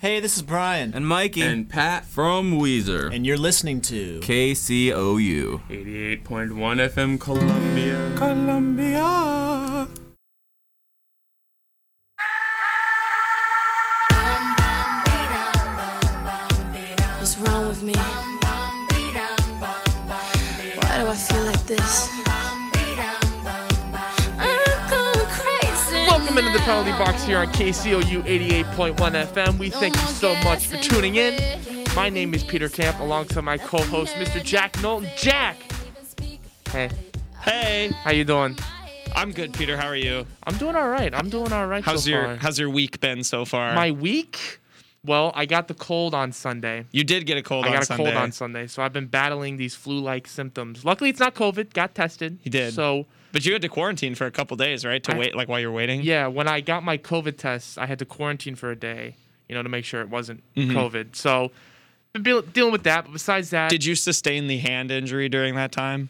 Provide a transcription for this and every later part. Hey, this is Brian. and Mikey and Pat from Weezer. And you're listening to. KCOU. 88.1 FM Columbia. Columbia. What's wrong with me? Why do I feel like this? I'm going crazy. Welcome into the now. penalty box here on KCOU 88.1 FM. We thank you so much for tuning in. My name is Peter Camp, alongside my co-host, Mr. Jack Knowlton. Jack, hey, Hey, how you doing? I'm good, Peter. How are you? I'm doing all right. I'm doing all right. How's so your far. How's your week been so far? my week? Well, I got the cold on Sunday. you did get a cold I on got a Sunday. cold on Sunday, so I've been battling these flu-like symptoms. Luckily, it's not COVID. Got tested. You did. So but you had to quarantine for a couple days, right? To I- wait, like while you're waiting. Yeah, when I got my COVID test, I had to quarantine for a day, you know, to make sure it wasn't Mm-hmm. COVID. So, been be- dealing with that. But besides that, Did you sustain the hand injury during that time?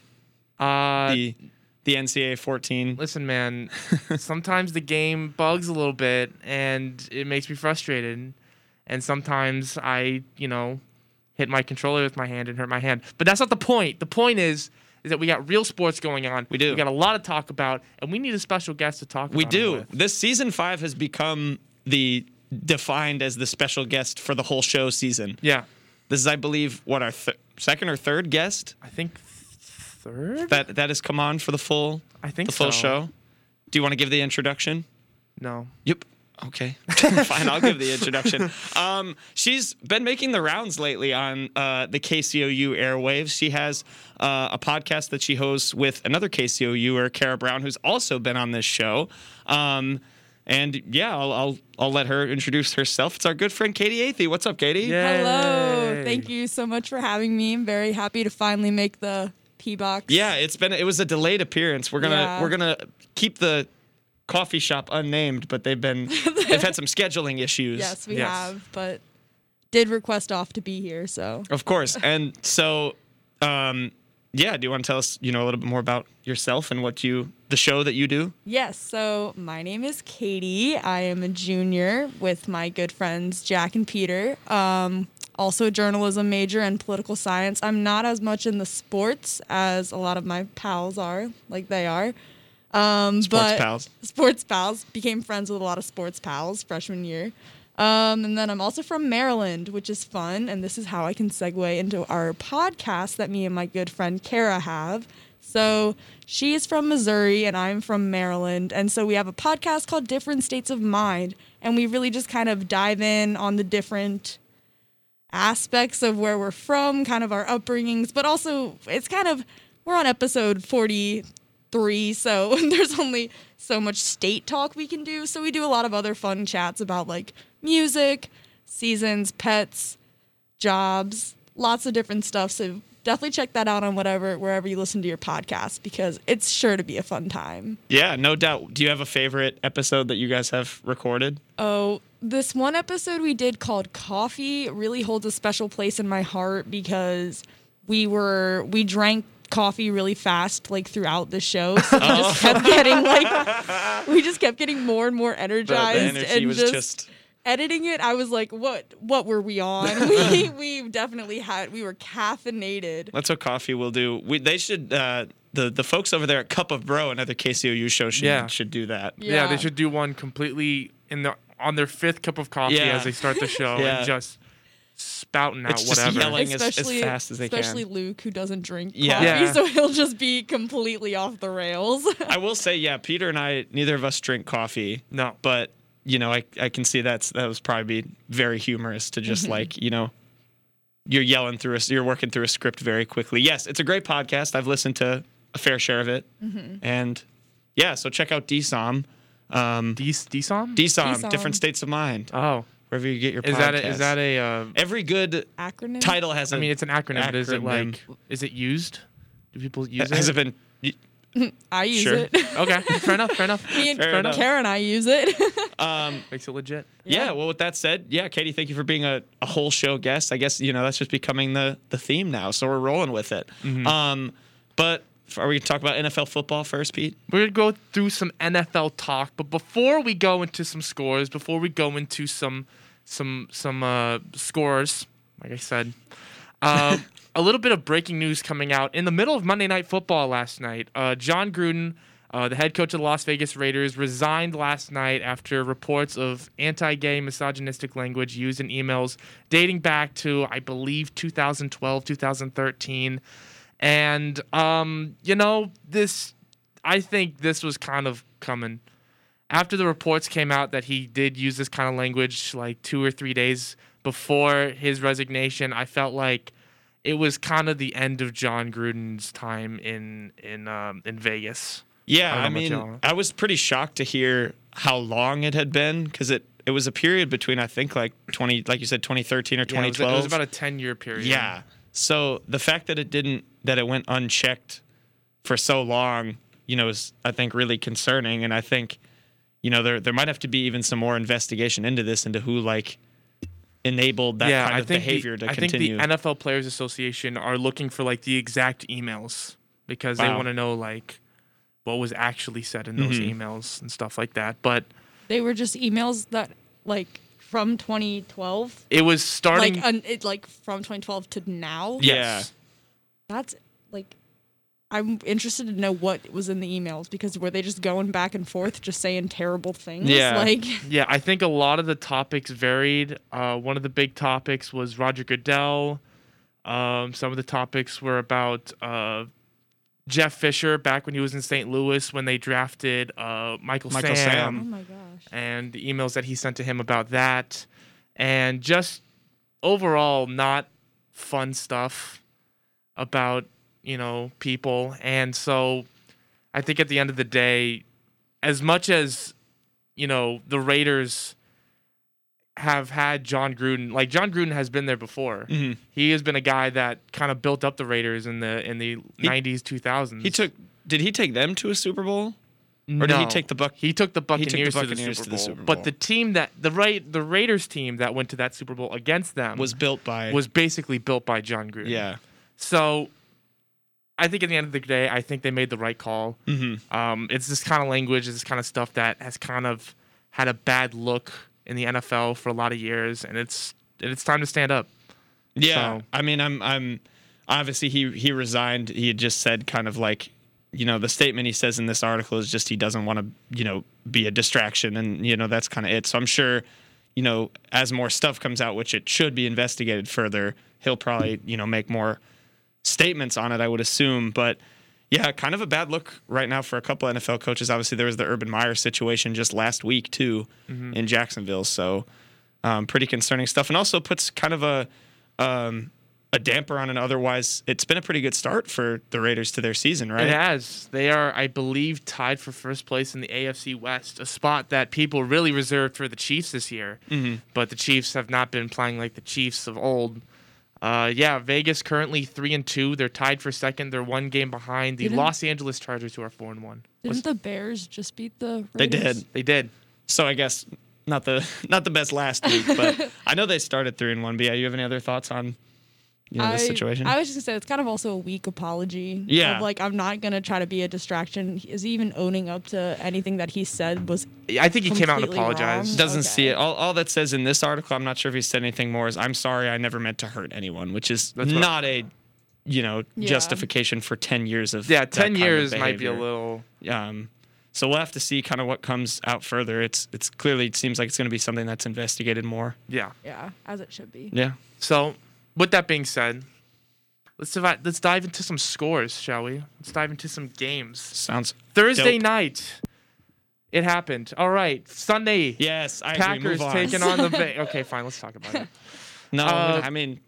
uh, The the NCAA 14. listen, man, sometimes the game bugs a little bit and it makes me frustrated. And sometimes I, you know, hit my controller with my hand and hurt my hand. But that's not the point. The point is. Is that we got real sports going on? We do. We got a lot to talk about, and we need a special guest to talk. We about it do. with. This season five has become the defined as the special guest for the whole show season. Yeah, This is, I believe, what our th- second or third guest I think th- third. that that has come on for the full I think the full so. show. Do you want to give the introduction? no. Yep. Okay. Fine. I'll give the introduction. Um, she's been making the rounds lately on uh, the KCOU airwaves. She has uh, a podcast that she hosts with another KCOUer, Kara Brown, who's also been on this show. Um, and yeah, I'll, I'll I'll let her introduce herself. It's our good friend Katie Athey. What's up, Katie? Hello. Yay. Thank you so much for having me. I'm very happy to finally make the P box. Yeah, it's been it was a delayed appearance. We're gonna Yeah. we're gonna keep the coffee shop unnamed, but they've been they've had some scheduling issues. Yes, we Yes. have, but did request off to be here, so Of course. And so, um, yeah, do you want to tell us, you know, a little bit more about yourself and what you, the show that you do? Yes, so my name is Katie. I am a junior with my good friends Jack and Peter. Um, also a journalism major and political science. I'm not as much in the sports as a lot of my pals are, like they are. Um, sports pals. Sports pals. Became friends with a lot of sports pals freshman year. Um, and then I'm also from Maryland, which is fun. And this is how I can segue into our podcast that me and my good friend Kara have. So she is from Missouri and I'm from Maryland. And so we have a podcast called Different States of Mind. And we really just kind of dive in on the different aspects of where we're from, kind of our upbringings, but also it's kind of we're on episode 43, so there's only so much state talk we can do. So we do a lot of other fun chats about like music, seasons, pets, jobs, lots of different stuff. So definitely check that out on whatever wherever you listen to your podcast because it's sure to be a fun time. Yeah, no doubt. Do you have a favorite episode that you guys have recorded? Oh, this one episode we did called Coffee really holds a special place in my heart because we were we drank coffee really fast like throughout the show. So we just Oh. kept getting like we just kept getting more and more The, the energized energy and was just, just, editing it I was like what what were we on? we we definitely had we were caffeinated. that's what coffee will do. We, they should, uh, the, the folks over there at Cup of Bro, another KCOU show, should, Yeah. should do that. Yeah. they should do one completely in the on their fifth cup of coffee Yeah. as they start the show Yeah. and just spouting out It's just whatever. yelling as- as especially fast as they can. especially Luke who doesn't drink Yeah. coffee, Yeah. so he'll just be completely off the rails. I will say, yeah, Peter and I, neither of us drink coffee. No. But, you know, I, I can see that's, that was probably be very humorous to just like, you know, you're yelling through a, you're working through a script very quickly. Yes, it's a great podcast. I've listened to a fair share of it. And yeah, so check out DSOM. Um, D- DSOM? DSOM, DSOM. Different States of Mind, oh, wherever you get your is podcast. that a, is that a? Uh, Every good Acronym title has a I mean, it's an acronym. But is it Acronym. like? Is it used? Do people use it? has it been, I use Sure. it. okay, fair enough. Fair enough. Me and Fair enough. Karen, I use it. um, Makes it legit. Yeah. Well, with that said, yeah, Katie, thank you for being a, a whole show guest. I guess you know that's just becoming the the theme now, so we're rolling with it. Mm-hmm. Um, but f- are we gonna talk about NFL football first, Pete? We're gonna go through some NFL talk, but before we go into some scores, before we go into some some some uh, scores. Like I said, um, a little bit of breaking news coming out in the middle of Monday Night Football last night. Uh, John Gruden, uh, the head coach of the Las Vegas Raiders, resigned last night after reports of anti-gay, misogynistic language used in emails dating back to, I believe, 2012, 2013. And um, you know, this, I think this was kind of coming after the reports came out that he did use this kind of language like two or three days before his resignation, I felt like it was kind of the end of John Gruden's time in in um, in Vegas. Yeah, I don't I, know much mean, y'all- I was pretty shocked to hear how long it had been because it it was a period between I think like twenty, like you said, twenty thirteen or Yeah, twenty it was- it, was, twelve. about a ten year period. yeah. So the fact that it didn't that it went unchecked for so long, you know, is I think really concerning, and I think you know there there might have to be even some more investigation into this into who like enabled that yeah. kind I of think behavior the, to I continue. think the NFL Players Association are looking for like the exact emails because they Wow. want to know like what was actually said in those Mm-hmm. emails and stuff like that. But They were just emails that like from 2012, it was starting. like un, it, like from 2012 to now. yeah. That's like I'm interested to know what was in the emails because were they just going back and forth just saying terrible things? Yeah. Like Yeah, I think a lot of the topics varied. Uh, one of the big topics was Roger Goodell. Um, some of the topics were about uh, Jeff Fisher back when he was in St. Louis when they drafted uh, Michael, Michael oh Sam, my gosh. and the emails that he sent to him about that, and just overall not fun stuff about you know people. And so I think at the end of the day, as much as you know the Raiders have had John Gruden, like John Gruden has been there before. He has been a guy that kind of built up the Raiders in the in the nineties, two thousands. He took. Did he take them to a Super Bowl? Or did he take the Buc- He took the took Buccaneers, the Buccaneers to, the Super Bowl. But the team that the Ra- the Raiders team that went to that Super Bowl against them Was built by. was basically built by John Gruden. yeah. So I think at the end of the day, I think they made the right call. Um, it's this kind of language, it's this kind of stuff that has kind of had a bad look in the NFL for a lot of years, and it's and it's time to stand up. Yeah, So- I mean, I'm, I'm obviously he he resigned. He had just said kind of like, you know, the statement he says in this article is just he doesn't want to, you know, be a distraction, and you know that's kind of it. So I'm sure, you know, as more stuff comes out, which it should be investigated further, he'll probably you know make more statements on it. I would assume, but. Yeah, kind of a bad look right now for a couple NFL coaches. Obviously, there was the Urban Meyer situation just last week too Mm-hmm. in Jacksonville. So, um, pretty concerning stuff, and also puts kind of a um, a damper on an otherwise. It's been a pretty good start for the Raiders to their season, right? It has. They are, I believe, tied for first place in the AFC West, a spot that people really reserved for the Chiefs this year. Mm-hmm. But the Chiefs have not been playing like the Chiefs of old. Uh, yeah, Vegas currently three and two. They're tied for second. They're one game behind the Didn't- Los Angeles Chargers, who are four and one. Didn't the Bears just beat the Raiders? They did. They did. So I guess not the not the best last week, but I know they started three and one. But yeah, you have any other thoughts on you know, this situation? I was just gonna say it's kind of also a weak apology. Yeah. Of, like I'm not gonna try to be a distraction. Is he even owning up to anything that he said was I think he came out and Completely wrong. apologized. doesn't see okay. it. All, all that says in this article, I'm not sure if he said anything more. Is I'm sorry, I never meant to hurt anyone, which is That's what- not a you know Yeah. justification for ten years of Yeah, that ten kind of years might be a behavior. little. Um, so we'll have to see kind of what comes out further. It's it's clearly it seems like it's going to be something that's investigated more. Yeah. Yeah, as it should be. Yeah. So, with that being said, let's divi- let's dive into some scores, shall we? Let's dive into some games. Sounds Thursday dope. night. It happened. All right. Sunday. Yes, I agree. Packers Move on. taking on the Ba- Okay, fine. Let's talk about it. no, uh, I mean,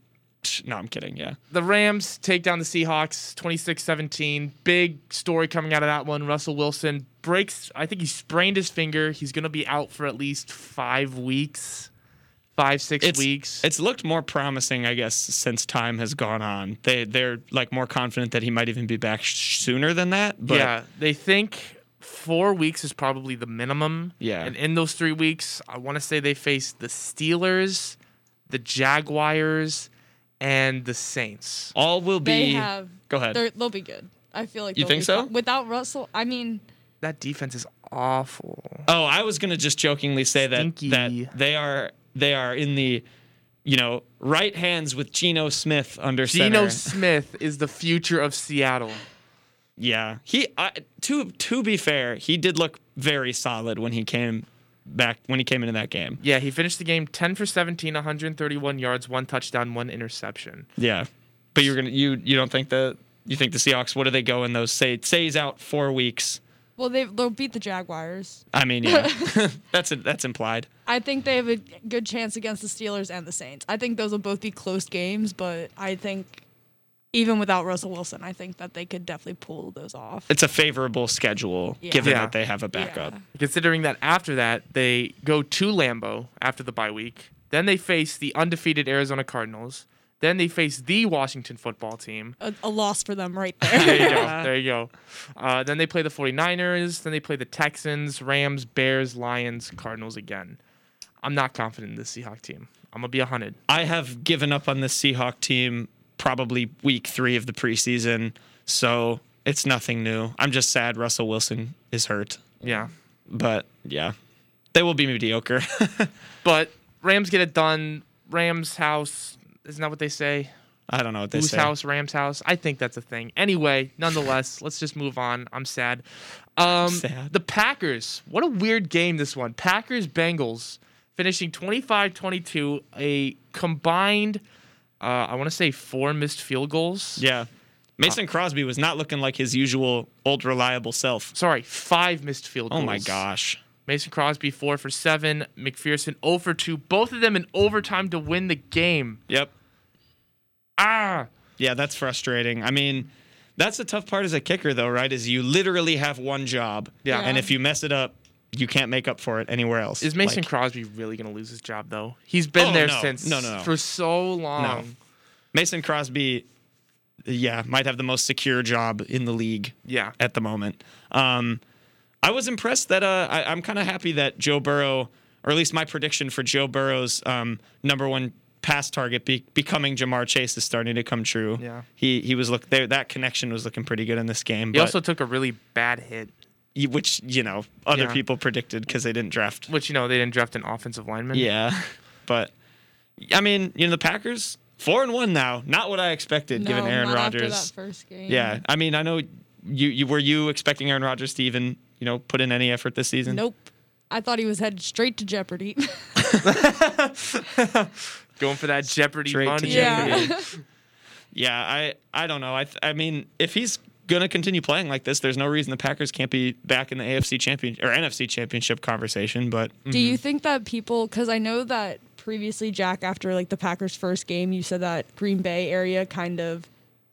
psh, no, I'm kidding. Yeah, The Rams take down the Seahawks 26-17. Big story coming out of that one. Russell Wilson breaks I think he sprained his finger. He's going to be out for at least 5 weeks. 5 6 it's weeks. it's looked more promising, I guess, since time has gone on. They they're like more confident that he might even be back sh- sooner than that. But yeah, they think 4 weeks is probably the minimum. Yeah. And in those 3 weeks, I want to say they face the Steelers, the Jaguars, and the Saints. all will be. They have. go ahead. they're- They'll be good. I feel like You they'll think be so? fi- Without Russell, I mean, That defense is awful. Oh, I was gonna just jokingly say that Stinky. that they are they are in the, you know, right hands with Geno Smith under Geno center. Smith is the future of Seattle. Yeah, he I, to to be fair, he did look very solid when he came back when he came into that game. Yeah, he finished the game 10 for 17, 131 yards, one touchdown, one interception. Yeah, but you're gonna you you don't think the you think the Seahawks? What do they go in those? Say say he's out four weeks. Well, they, they'll beat the Jaguars. I mean, yeah, that's that's implied. I think they have a good chance against the Steelers and the Saints. I think those will both be close games, but I think even without Russell Wilson, I think that they could definitely pull those off. It's a favorable schedule Yeah. given Yeah. that they have a backup. Yeah. Considering that after that, they go to Lambeau after the bye week. Then they face the undefeated Arizona Cardinals. Then they face the Washington football team. A, a loss for them right there. There you go. There you go. Uh, then they play the 49ers. Then they play the Texans, Rams, Bears, Lions, Cardinals again. I'm not confident in this Seahawks team. I'm going to be 100. I have given up on the Seahawk team probably week three of the preseason, so it's nothing new. I'm just sad Russell Wilson is hurt, Yeah. but yeah, they will be mediocre. But Rams get it done. Rams house. Isn't that what they say? I don't know what they Whose say. house, Rams house. I think that's a thing. Anyway, nonetheless, let's just move on. I'm sad. Um, sad. The Packers. What a weird game this one. Packers Bengals finishing 25 22, a combined, uh, I want to say four missed field goals. Yeah, Mason Crosby was not looking like his usual old reliable self. Sorry, five missed field Oh goals. my gosh. Mason Crosby, four for seven. McPherson, 0 for two. Both of them in overtime to win the game. Yep. Ah. Yeah, that's frustrating. I mean, that's the tough part as a kicker, though, right? Is you literally have one job. Yeah. And if you mess it up, you can't make up for it anywhere else. Is Mason Like, Crosby really going to lose his job though? He's been Oh, there no. since No, no, no. for so long. Mason Crosby, yeah, might have the most secure job in the league Yeah. at the moment. Um, I was impressed that uh, I, I'm kind of happy that Joe Burrow, or at least my prediction for Joe Burrow's um, number one pass target be, becoming Jamar Chase is starting to come true. Yeah. he he was look there. That connection was looking pretty good in this game. He but- also took a really bad hit, y- which you know other Yeah. people predicted because they didn't draft. which you know they didn't draft an offensive lineman. Yeah, but I mean, you know, the Packers four and one now. Not what I expected, given No, Aaron not after that Rodgers. first game. Yeah, I mean, I know you, you were you expecting Aaron Rodgers to even you know put in any effort this season. Nope. I thought he was headed straight to Jeopardy. going for that Jeopardy Straight to money. Jeopardy. Yeah, I I don't know. I th- I mean, if he's gonna continue playing like this, there's no reason the Packers can't be back in the AFC championship or NFC championship conversation. But Do you think that people, because I know that previously, Jack, after like the Packers' first game, you said that Green Bay area kind of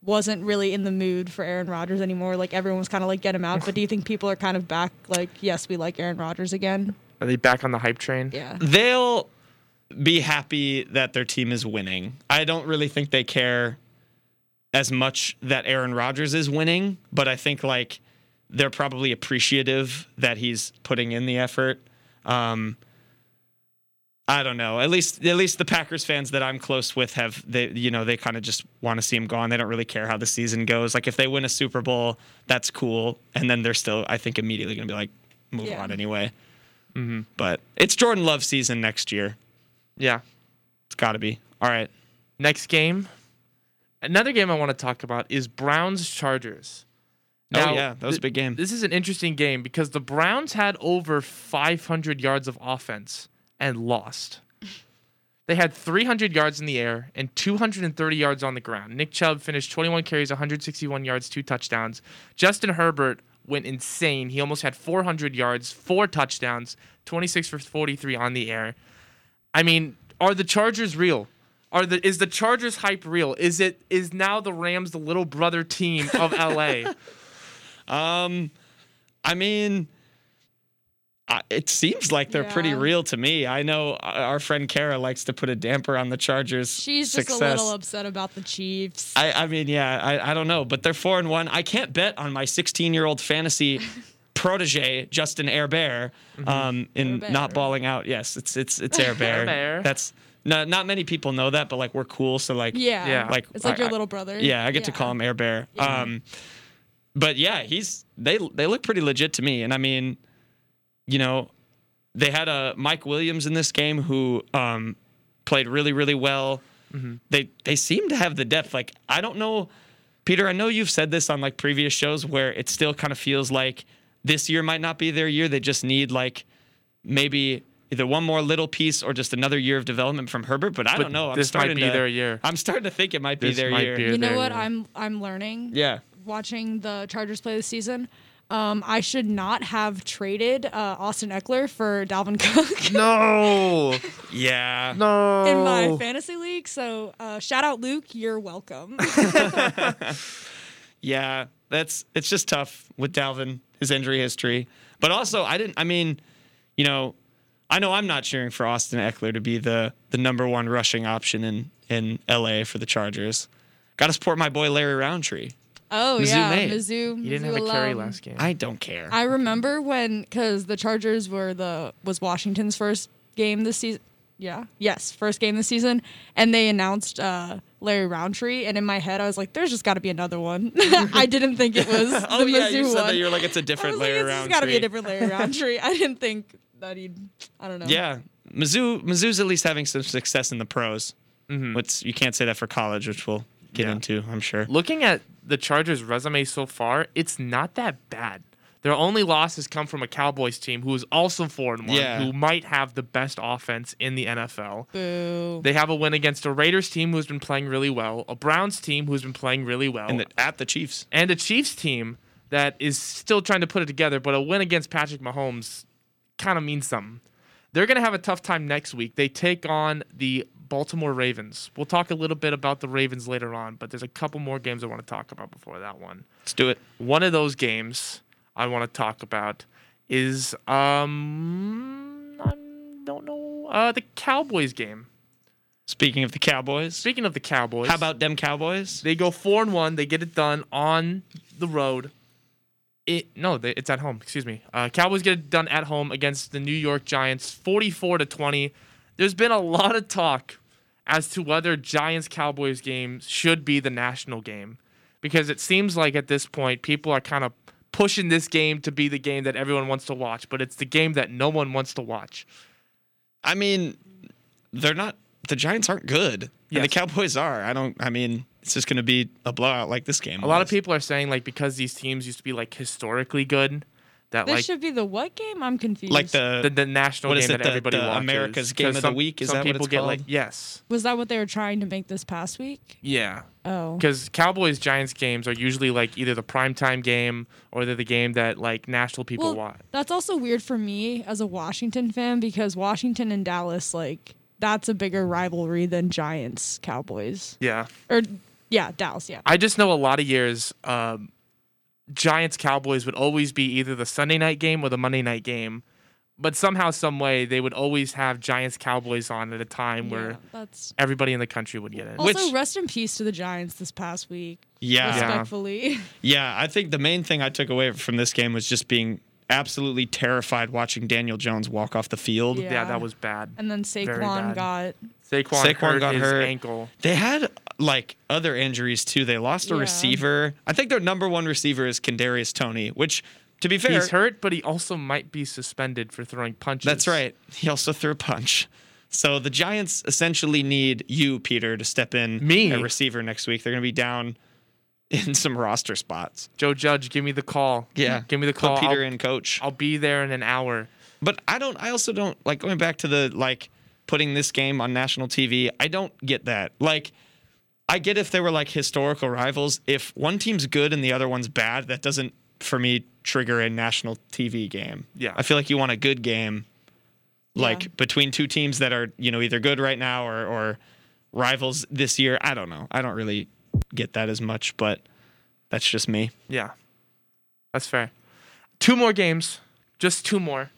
wasn't really in the mood for Aaron Rodgers anymore. Like everyone was kind of like, get him out. But do you think people are kind of back, like, yes, we like Aaron Rodgers again? Are they back on the hype train? Yeah. they'll be happy that their team is winning. I don't really think they care as much that Aaron Rodgers is winning, but I think like they're probably appreciative that he's putting in the effort. Um, I don't know. At least at least the Packers fans that I'm close with have they you know they kind of just want to see him gone. They don't really care how the season goes. Like if they win a Super Bowl, that's cool, and then they're still I think immediately going to be like move Yeah. on anyway. But it's Jordan Love season next year. Yeah. It's got to be. All right. Next game. Another game I want to talk about is Browns Chargers. oh yeah, that was a th- big game. This is an interesting game because the Browns had over 500 yards of offense and lost. They had 300 yards in the air and 230 yards on the ground. Nick Chubb finished 21 carries, 161 yards, two touchdowns. Justin Herbert went insane. He almost had 400 yards, four touchdowns, 26 for 43 on the air. I mean, are the Chargers real? Are the is the Chargers hype real? Is it is now the Rams the little brother team of LA? I mean, I, it seems like they're pretty Yeah. real to me. I know uh, our friend Kara likes to put a damper on the Chargers' She's just success. a little upset about the Chiefs. I, I mean, yeah, I, I don't know, but they're four and one. I can't bet on my 16 year old fantasy protege Justin Air Bear Mm-hmm. um, in Bear. not balling out. Yes, it's it's it's Air Bear. Bear. That's not not many people know that, but like we're cool, so like yeah. Yeah. like It's like I- your I- little brother. Yeah, I get to call him Air Bear. Um, but yeah, he's they they look pretty legit to me, and I mean, you know, They had a Mike Williams in this game who um, played really, really well. Mm-hmm. They they seem to have the depth. Like I don't know, Peter. I know you've said this on like previous shows where it still kind of feels like this year might not be their year. They just need like maybe either one more little piece or just another year of development from Herbert. But I don't know. I'm this might starting be to- their year. I'm starting to think it might be This their might year. be- You know there, what yeah. I'm I'm learning. Yeah. Watching the Chargers play this season, um, I should not have traded uh, Austin Eckler for Dalvin Cook No, Yeah. no. in Oh. my fantasy league. So uh, shout out Luke, you're welcome. Yeah, that's it's just tough with Dalvin, his injury history. But also, I didn't. I mean, you know, I know I'm not cheering for Austin Eckler to be the the number one rushing option in in LA for the Chargers. Got to support my boy Larry Roundtree. oh Mizzou yeah, made it. Mizzou. You didn't Mizzou have a carry alum. last game. I don't care. I remember when because the Chargers were the was Washington's first game this season. Yeah, yes, first game this season, and they announced uh, Larry Roundtree, and in my head I was like, "There's just got to be another one." I didn't think it was oh the yeah, Mizzou you said one. that you're like it's a I was different like, Larry "It's just Roundtree. got to be a different Larry Roundtree." I didn't think that he'd. I don't know. Yeah, Mizzou Mizzou's at least having some success in the pros. Mm-hmm. Which you can't say that for college, which we'll get Yeah. into, I'm sure. Looking at the Chargers' resume so far, it's not that bad. Their only losses come from a Cowboys team who is also four and one, Yeah. who might have the best offense in the NFL. Boo. They have a win against a Raiders team who's been playing really well, a Browns team who's been playing really well, And the, at the Chiefs. and a Chiefs team that is still trying to put it together, but a win against Patrick Mahomes kind of means something. They're going to have a tough time next week. They take on the Baltimore Ravens. We'll talk a little bit about the Ravens later on, but there's a couple more games I want to talk about before that one. Let's do it. One of those games I want to talk about is um I don't know uh the Cowboys game. Speaking of the Cowboys. Speaking of the Cowboys, How about them Cowboys? They go four and one. They get it done on the road. It no, they, it's at home. Excuse me. Uh, Cowboys get it done at home against the New York Giants, forty-four to twenty. There's been a lot of talk as to whether Giants Cowboys games should be the national game, because it seems like at this point people are kind of pushing this game to be the game that everyone wants to watch, but it's the game that no one wants to watch. I mean, they're not. The Giants aren't good, and the Yes. Cowboys are. I don't. I mean, it's just going to be a blowout like this game. A lot of people are saying like because these teams used to be like historically good, that This like should be the what game? I'm confused. like the. the, the national What game is it, that the- everybody the watches. America's 'Cause Game of the some- Week? Is some that what people it's get like called? yes, was that what they were trying to make this past week? yeah, Oh, because Cowboys Giants games are usually like either the primetime game or they're the game that like national people Well, watch. that's also weird for me as a Washington fan because Washington and Dallas, like, that's a bigger rivalry than Giants Cowboys Yeah, or yeah, Dallas. Yeah, I just know a lot of years, um, Giants Cowboys would always be either the Sunday night game or the Monday night game. But somehow, some way, they would always have Giants Cowboys on at a time Yeah, where that's everybody in the country would get it. also Which- rest in peace to the Giants this past week. yeah, yeah, Yeah. Respectfully, I think the main thing I took away from this game was just being absolutely terrified watching Daniel Jones walk off the field. Yeah. yeah. that was bad. and then Saquon bad. got Saquon, Saquon hurt got his hurt. ankle. They had like other injuries too. They lost a Yeah. receiver. I think their number one receiver is Kendarius Tony, which, to be fair, He's hurt, but he also might be suspended for throwing punches. That's right. He also threw a punch. So the Giants essentially need you, Peter, to step in Me? at receiver next week. They're going to be down in some roster spots. Joe Judge, give me the call. Give me the call. Put Peter I'll, in coach. I'll be there in an hour. But I don't. I also don't like going back to the like putting this game on national TV. I don't get that. Like, I get if they were like historical rivals. If one team's good and the other one's bad, that doesn't for me trigger a national TV game. Yeah. I feel like you want a good game, like Yeah. between two teams that are you know either good right now or or rivals this year. I don't know. I don't really get that as much, but that's just me. Yeah. That's fair. Two more games. Just two more.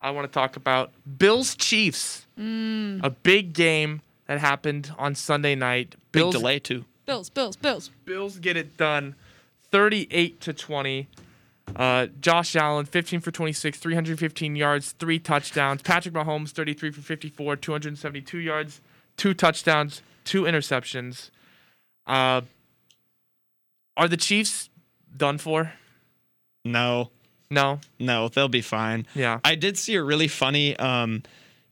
I want to talk about Bills Chiefs. Mm. A big game that happened on Sunday night. Big Bills delay too. Bills, Bills, Bills. Bills get it done, 38 to 20. Uh, Josh Allen, 15 for 26, 315 yards, three touchdowns. Patrick Mahomes, 33 for 54, 272 yards, two touchdowns, two interceptions. Uh, are the Chiefs done for? No. No. No, they'll be fine. Yeah. I did see a really funny um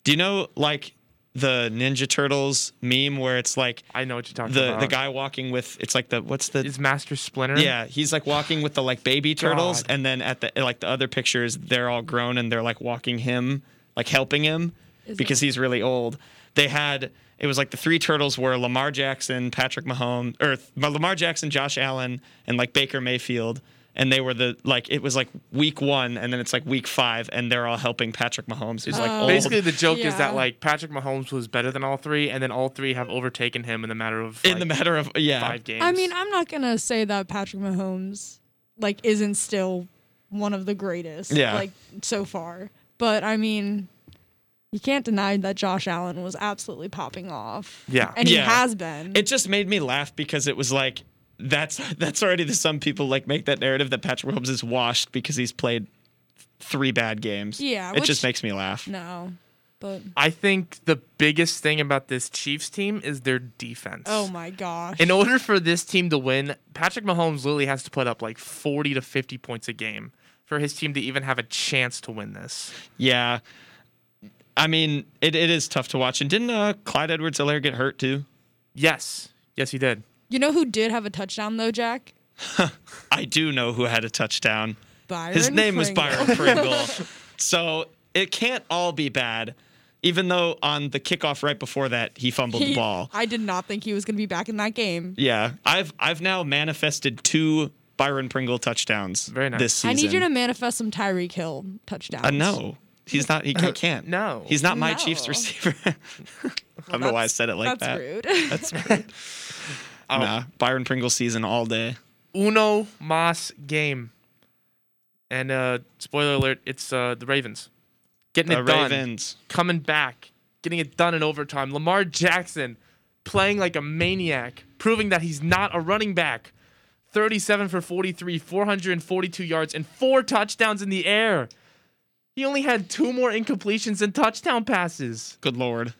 do you know like the Ninja Turtles meme where it's like I know what you're talking the about. the guy walking with it's like the what's the is Master Splinter. yeah, he's like walking with the like baby turtles, God. and then at the like the other pictures, they're all grown and they're like walking him, like helping him, because he's really old. They had it was like the three turtles were Lamar Jackson, Patrick Mahomes, or th- Lamar Jackson, Josh Allen, and like Baker Mayfield, and they were the like it was like week one, and then it's like week five, and they're all helping Patrick Mahomes, who's like old. Basically, the joke is Yeah. that like Patrick Mahomes was better than all three, and then all three have overtaken him in the matter of in like, the matter of yeah, five games. I mean, I'm not gonna say that Patrick Mahomes like isn't still one of the greatest. Yeah. Like so far, but I mean, you can't deny that Josh Allen was absolutely popping off. Yeah. and Yeah. he has been. it just made me laugh because it was like that's that's already the some people like make that narrative that Patrick Mahomes is washed because he's played th- three bad games. Yeah, it which- just makes me laugh. no, but I think the biggest thing about this Chiefs team is their defense. oh my gosh. In order for this team to win, Patrick Mahomes literally has to put up like 40 to 50 points a game for his team to even have a chance to win this. Yeah, I mean it, it is tough to watch. And didn't uh, Clyde Edwards-Helaire get hurt too? Yes. Yes, he did. you know who did have a touchdown though, Jack? I do know who had a touchdown. Byron. His name was Pringle. Byron Pringle. so it can't all be bad. Even though on the kickoff right before that he fumbled He- the ball. I did not think he was gonna be back in that game. Yeah, I've I've now manifested two Byron Pringle touchdowns. Very nice. This I season. need you to manifest some Tyreek Hill touchdowns. Uh, no, he's not. He ca- can't. No. he's not my No. Chiefs receiver. I don't know why I said it like That's that. rude. That's rude. Nah, Byron Pringle season all day. Uno Mas game. And uh spoiler alert, it's uh the Ravens. Getting The it done. Uh, Ravens. Coming back. Getting it done in overtime. Lamar Jackson playing like a maniac, proving that he's not a running back. 37 for 43, 442 yards and four touchdowns in the air. He only had two more incompletions and touchdown passes. Good lord.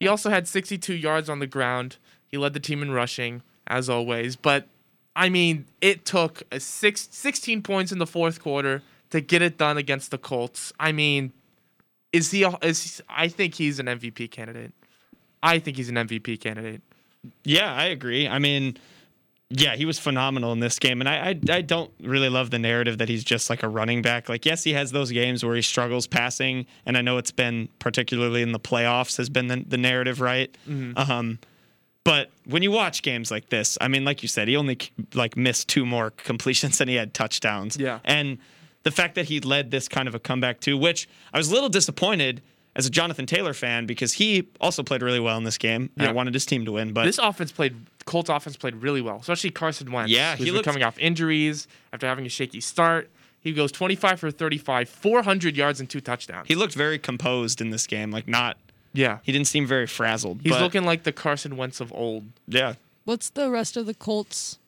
He also had 62 yards on the ground. He led the team in rushing, as always. But, I mean, it took a six, 16 points in the fourth quarter to get it done against the Colts. I mean, is he? a- Is I think he's an MVP candidate. I think he's an MVP candidate. Yeah, I agree. I mean, yeah, he was phenomenal in this game, and I, I I don't really love the narrative that he's just like a running back. Like, yes, he has those games where he struggles passing, and I know it's been particularly in the playoffs has been the, the narrative, right? Mm-hmm. Um, but when you watch games like this, I mean, like you said, he only like missed two more completions than he had touchdowns. Yeah. and the fact that he led this kind of a comeback too, which I was a little disappointed. As a Jonathan Taylor fan, because he also played really well in this game, and I Yeah. wanted his team to win. But This offense played Colts offense played really well, especially Carson Wentz. Yeah, he he was looked- coming off injuries after having a shaky start. He goes 25 for 35, 400 yards and two touchdowns. he looked very composed in this game. Like not, yeah, he didn't seem very frazzled. he's but- looking like the Carson Wentz of old. yeah. What's the rest of the Colts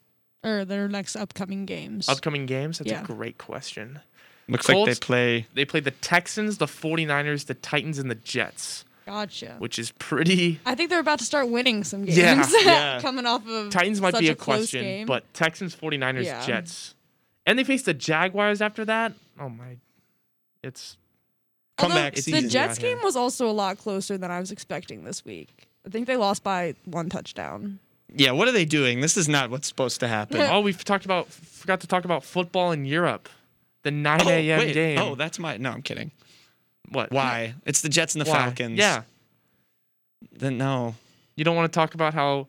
or their next upcoming games? Upcoming games? That's Yeah. a great question. Looks Colts- like they play. They play the Texans, the 49ers, the Titans, and the Jets, gotcha. which is pretty. I think they're about to start winning some games. Yeah. Yeah. coming off of Titans might such be a, close question, game. but Texans, 49ers, Yeah. Jets. And they face the Jaguars after that. Oh, my. It's. Although comeback The season. Jets Yeah, yeah. game was also a lot closer than I was expecting this week. I think they lost by one touchdown. Yeah, what are they doing? This is not what's supposed to happen. Oh, we've talked about. Forgot to talk about football in Europe. The 9 Oh, a.m. wait. game. Oh, that's my. No, I'm kidding. what? Why? It's the Jets and the Why? Falcons. Yeah. Then no. You don't want to talk about how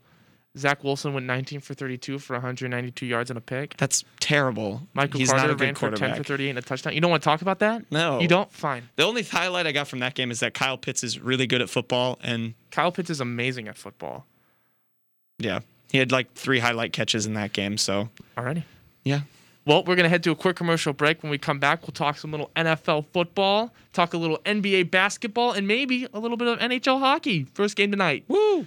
Zach Wilson went 19 for 32 for 192 yards and a pick? That's terrible. Michael He's Carter not a good ran for 10 quarterback. for 38 and a touchdown. You don't want to talk about that? No. You don't? Fine. The only highlight I got from that game is that Kyle Pitts is really good at football, and Kyle Pitts is amazing at football. yeah, he had like three highlight catches in that game. So Alrighty. yeah, Well, we're going to head to a quick commercial break. When we come back, we'll talk some little NFL football, talk a little NBA basketball, and maybe a little bit of NHL hockey. First game tonight. Woo!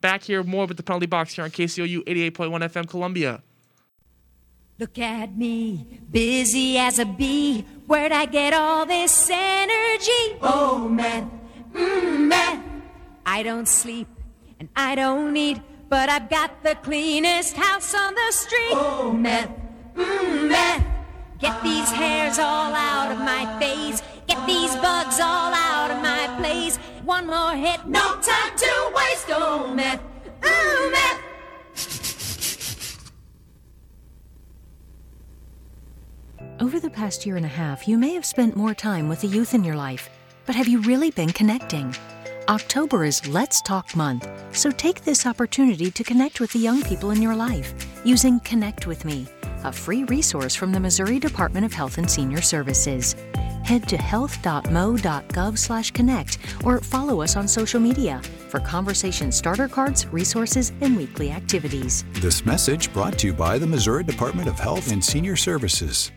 Back here more with the penalty box here on KCOU 88.1 FM Columbia. Look at me, busy as a bee. Where'd I get all this energy? Oh, man, mm, man. I don't sleep and I don't eat, but I've got the cleanest house on the street. Oh, man, mm, man. Get these hairs all out of my face. Get these bugs all out of my place. One more hit, no time to waste. Oh, mm, meth, ooh, meth. Over the past year and a half, you may have spent more time with the youth in your life, but have you really been connecting? October is Let's Talk Month, so take this opportunity to connect with the young people in your life using Connect With Me, a free resource from the Missouri Department of Health and Senior Services. Head to health.mo.gov/connect or follow us on social media for conversation starter cards, resources, and weekly activities. This message brought to you by the Missouri Department of Health and Senior Services.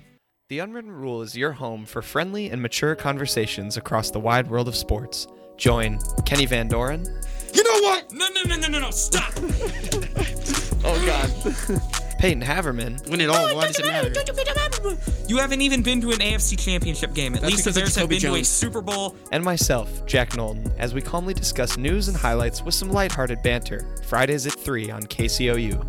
The Unwritten Rule is your home for friendly and mature conversations across the wide world of sports. Join Kenny Van Doren. You know what? No, no, no, no, no, no. Stop. Oh, God. Peyton Haverman. Win it all. Why does it matter? You haven't even been to an AFC championship game. At That's least the because of Bears have Jacoby been to a Jones. Super Bowl. And myself, Jack Knowlton, as we calmly discuss news and highlights with some lighthearted banter. Fridays at 3 on KCOU.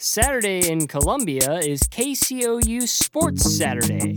Saturday in Columbia is KCOU Sports Saturday.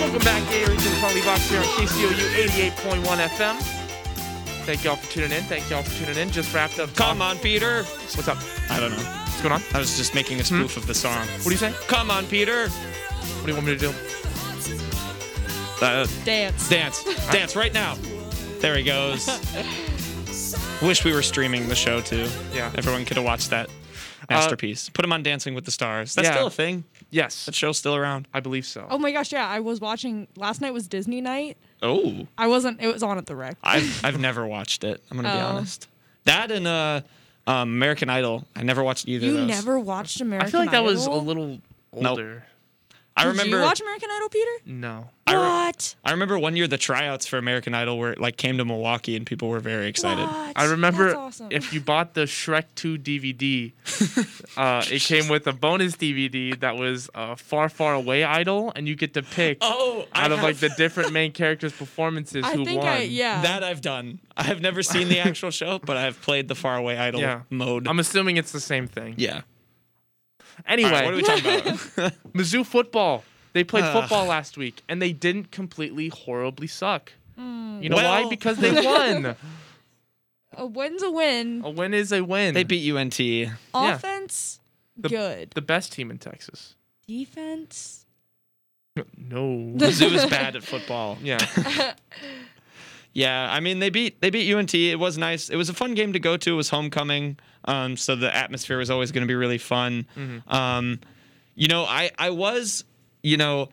Welcome back, Gators, to the Funky Box here on KCOU 88.1 FM. Thank y'all for tuning in. Thank y'all for tuning in. Just wrapped up. Come on, Peter. What's up? I don't know. What's going on? I was just making a spoof of the song. What do you say? Come on, Peter. What do you want me to do? Uh, Dance. Dance. Dance right now. There he goes. Wish we were streaming the show too. Yeah. Everyone could have watched that masterpiece. Put him on Dancing with the Stars. That's yeah. still a thing. Yes. That show's still around. I believe so. Oh my gosh, yeah, I was watching last night was Disney night. Oh. I wasn't it was on at the rec. I've I've never watched it. I'm gonna be Oh. honest. That and uh, um, American Idol. I never watched either You of those. never watched American I feel like that was a Idol? little Nope. older. I Did remember. you watch American Idol, Peter? No. I re- What? I remember one year the tryouts for American Idol were like came to Milwaukee and people were very excited. I remember if you bought the Shrek 2 DVD, uh, it came with a bonus DVD that was a Far Far Away Idol, and you get to pick Oh, I out of like have- the different main characters' performances who won. That I've done. I have never seen the actual show, but I have played the Faraway Idol Yeah. mode. I'm assuming it's the same thing. Yeah. Anyway, All right, what are we talking about? Mizzou football. They played Ugh. football last week, and they didn't completely horribly suck. You know Well- why? Because they won. A win's a win. a win is a win. They beat UNT. Offense, Oh, The, good. The best team in Texas. Defense. No. Mizzou is bad at football. Yeah. yeah, I mean they beat they beat UNT. It was nice. It was a fun game to go to. It was homecoming, um, so the atmosphere was always going to be really fun. Mm-hmm. Mhm. Um, you know, I I was you know.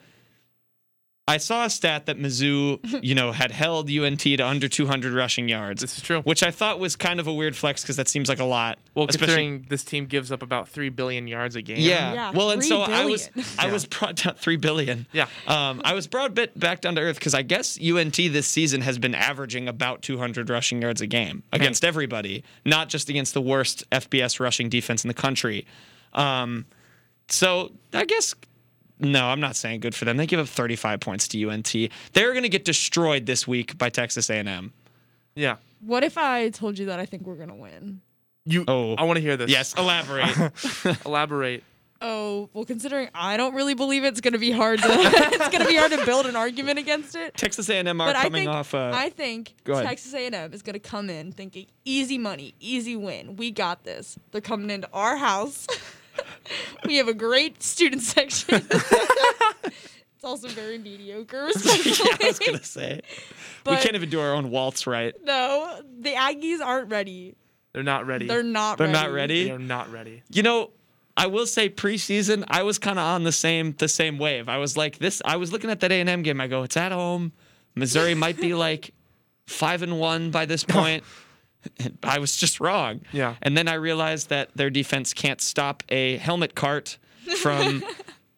I saw a stat that Mizzou, you know, had held UNT to under 200 rushing yards. This is true. Which I thought was kind of a weird flex because that seems like a lot. Well, especially- considering this team gives up about three billion yards a game. Yeah. Well, and so I was I Yeah. was brought down three billion. Yeah. Um, I was brought bit back down to earth because I guess UNT this season has been averaging about 200 rushing yards a game against everybody, not just against the worst FBS rushing defense in the country. Um, so I guess. No, I'm not saying good for them. They give up 35 points to UNT. They're going to get destroyed this week by Texas A&M. Yeah. What if I told you that I think we're gonna win? You. Oh. I want to hear this. Yes, elaborate. elaborate. Oh, well considering I don't really believe it's gonna be hard to it's gonna be hard to build an argument against it. Texas A&M are But I coming think, off. Uh, I think Go ahead. Texas A&M is going to come in thinking easy money, easy win. We got this. They're coming into our house. we have a great student section. it's also very mediocre. Respectfully. yeah, I was going to say. we But- can't even do our own waltz right. No, the Aggies aren't ready. They're not ready. They're not They're ready. not ready. They're not ready. You know, I will say preseason, I was kind of on the same the same wave. I was like this. I was looking at that A and M game. I go, it's at home. Missouri might be like five and one by this point. And I was just wrong. Yeah. And then I realized that their defense can't stop a helmet cart from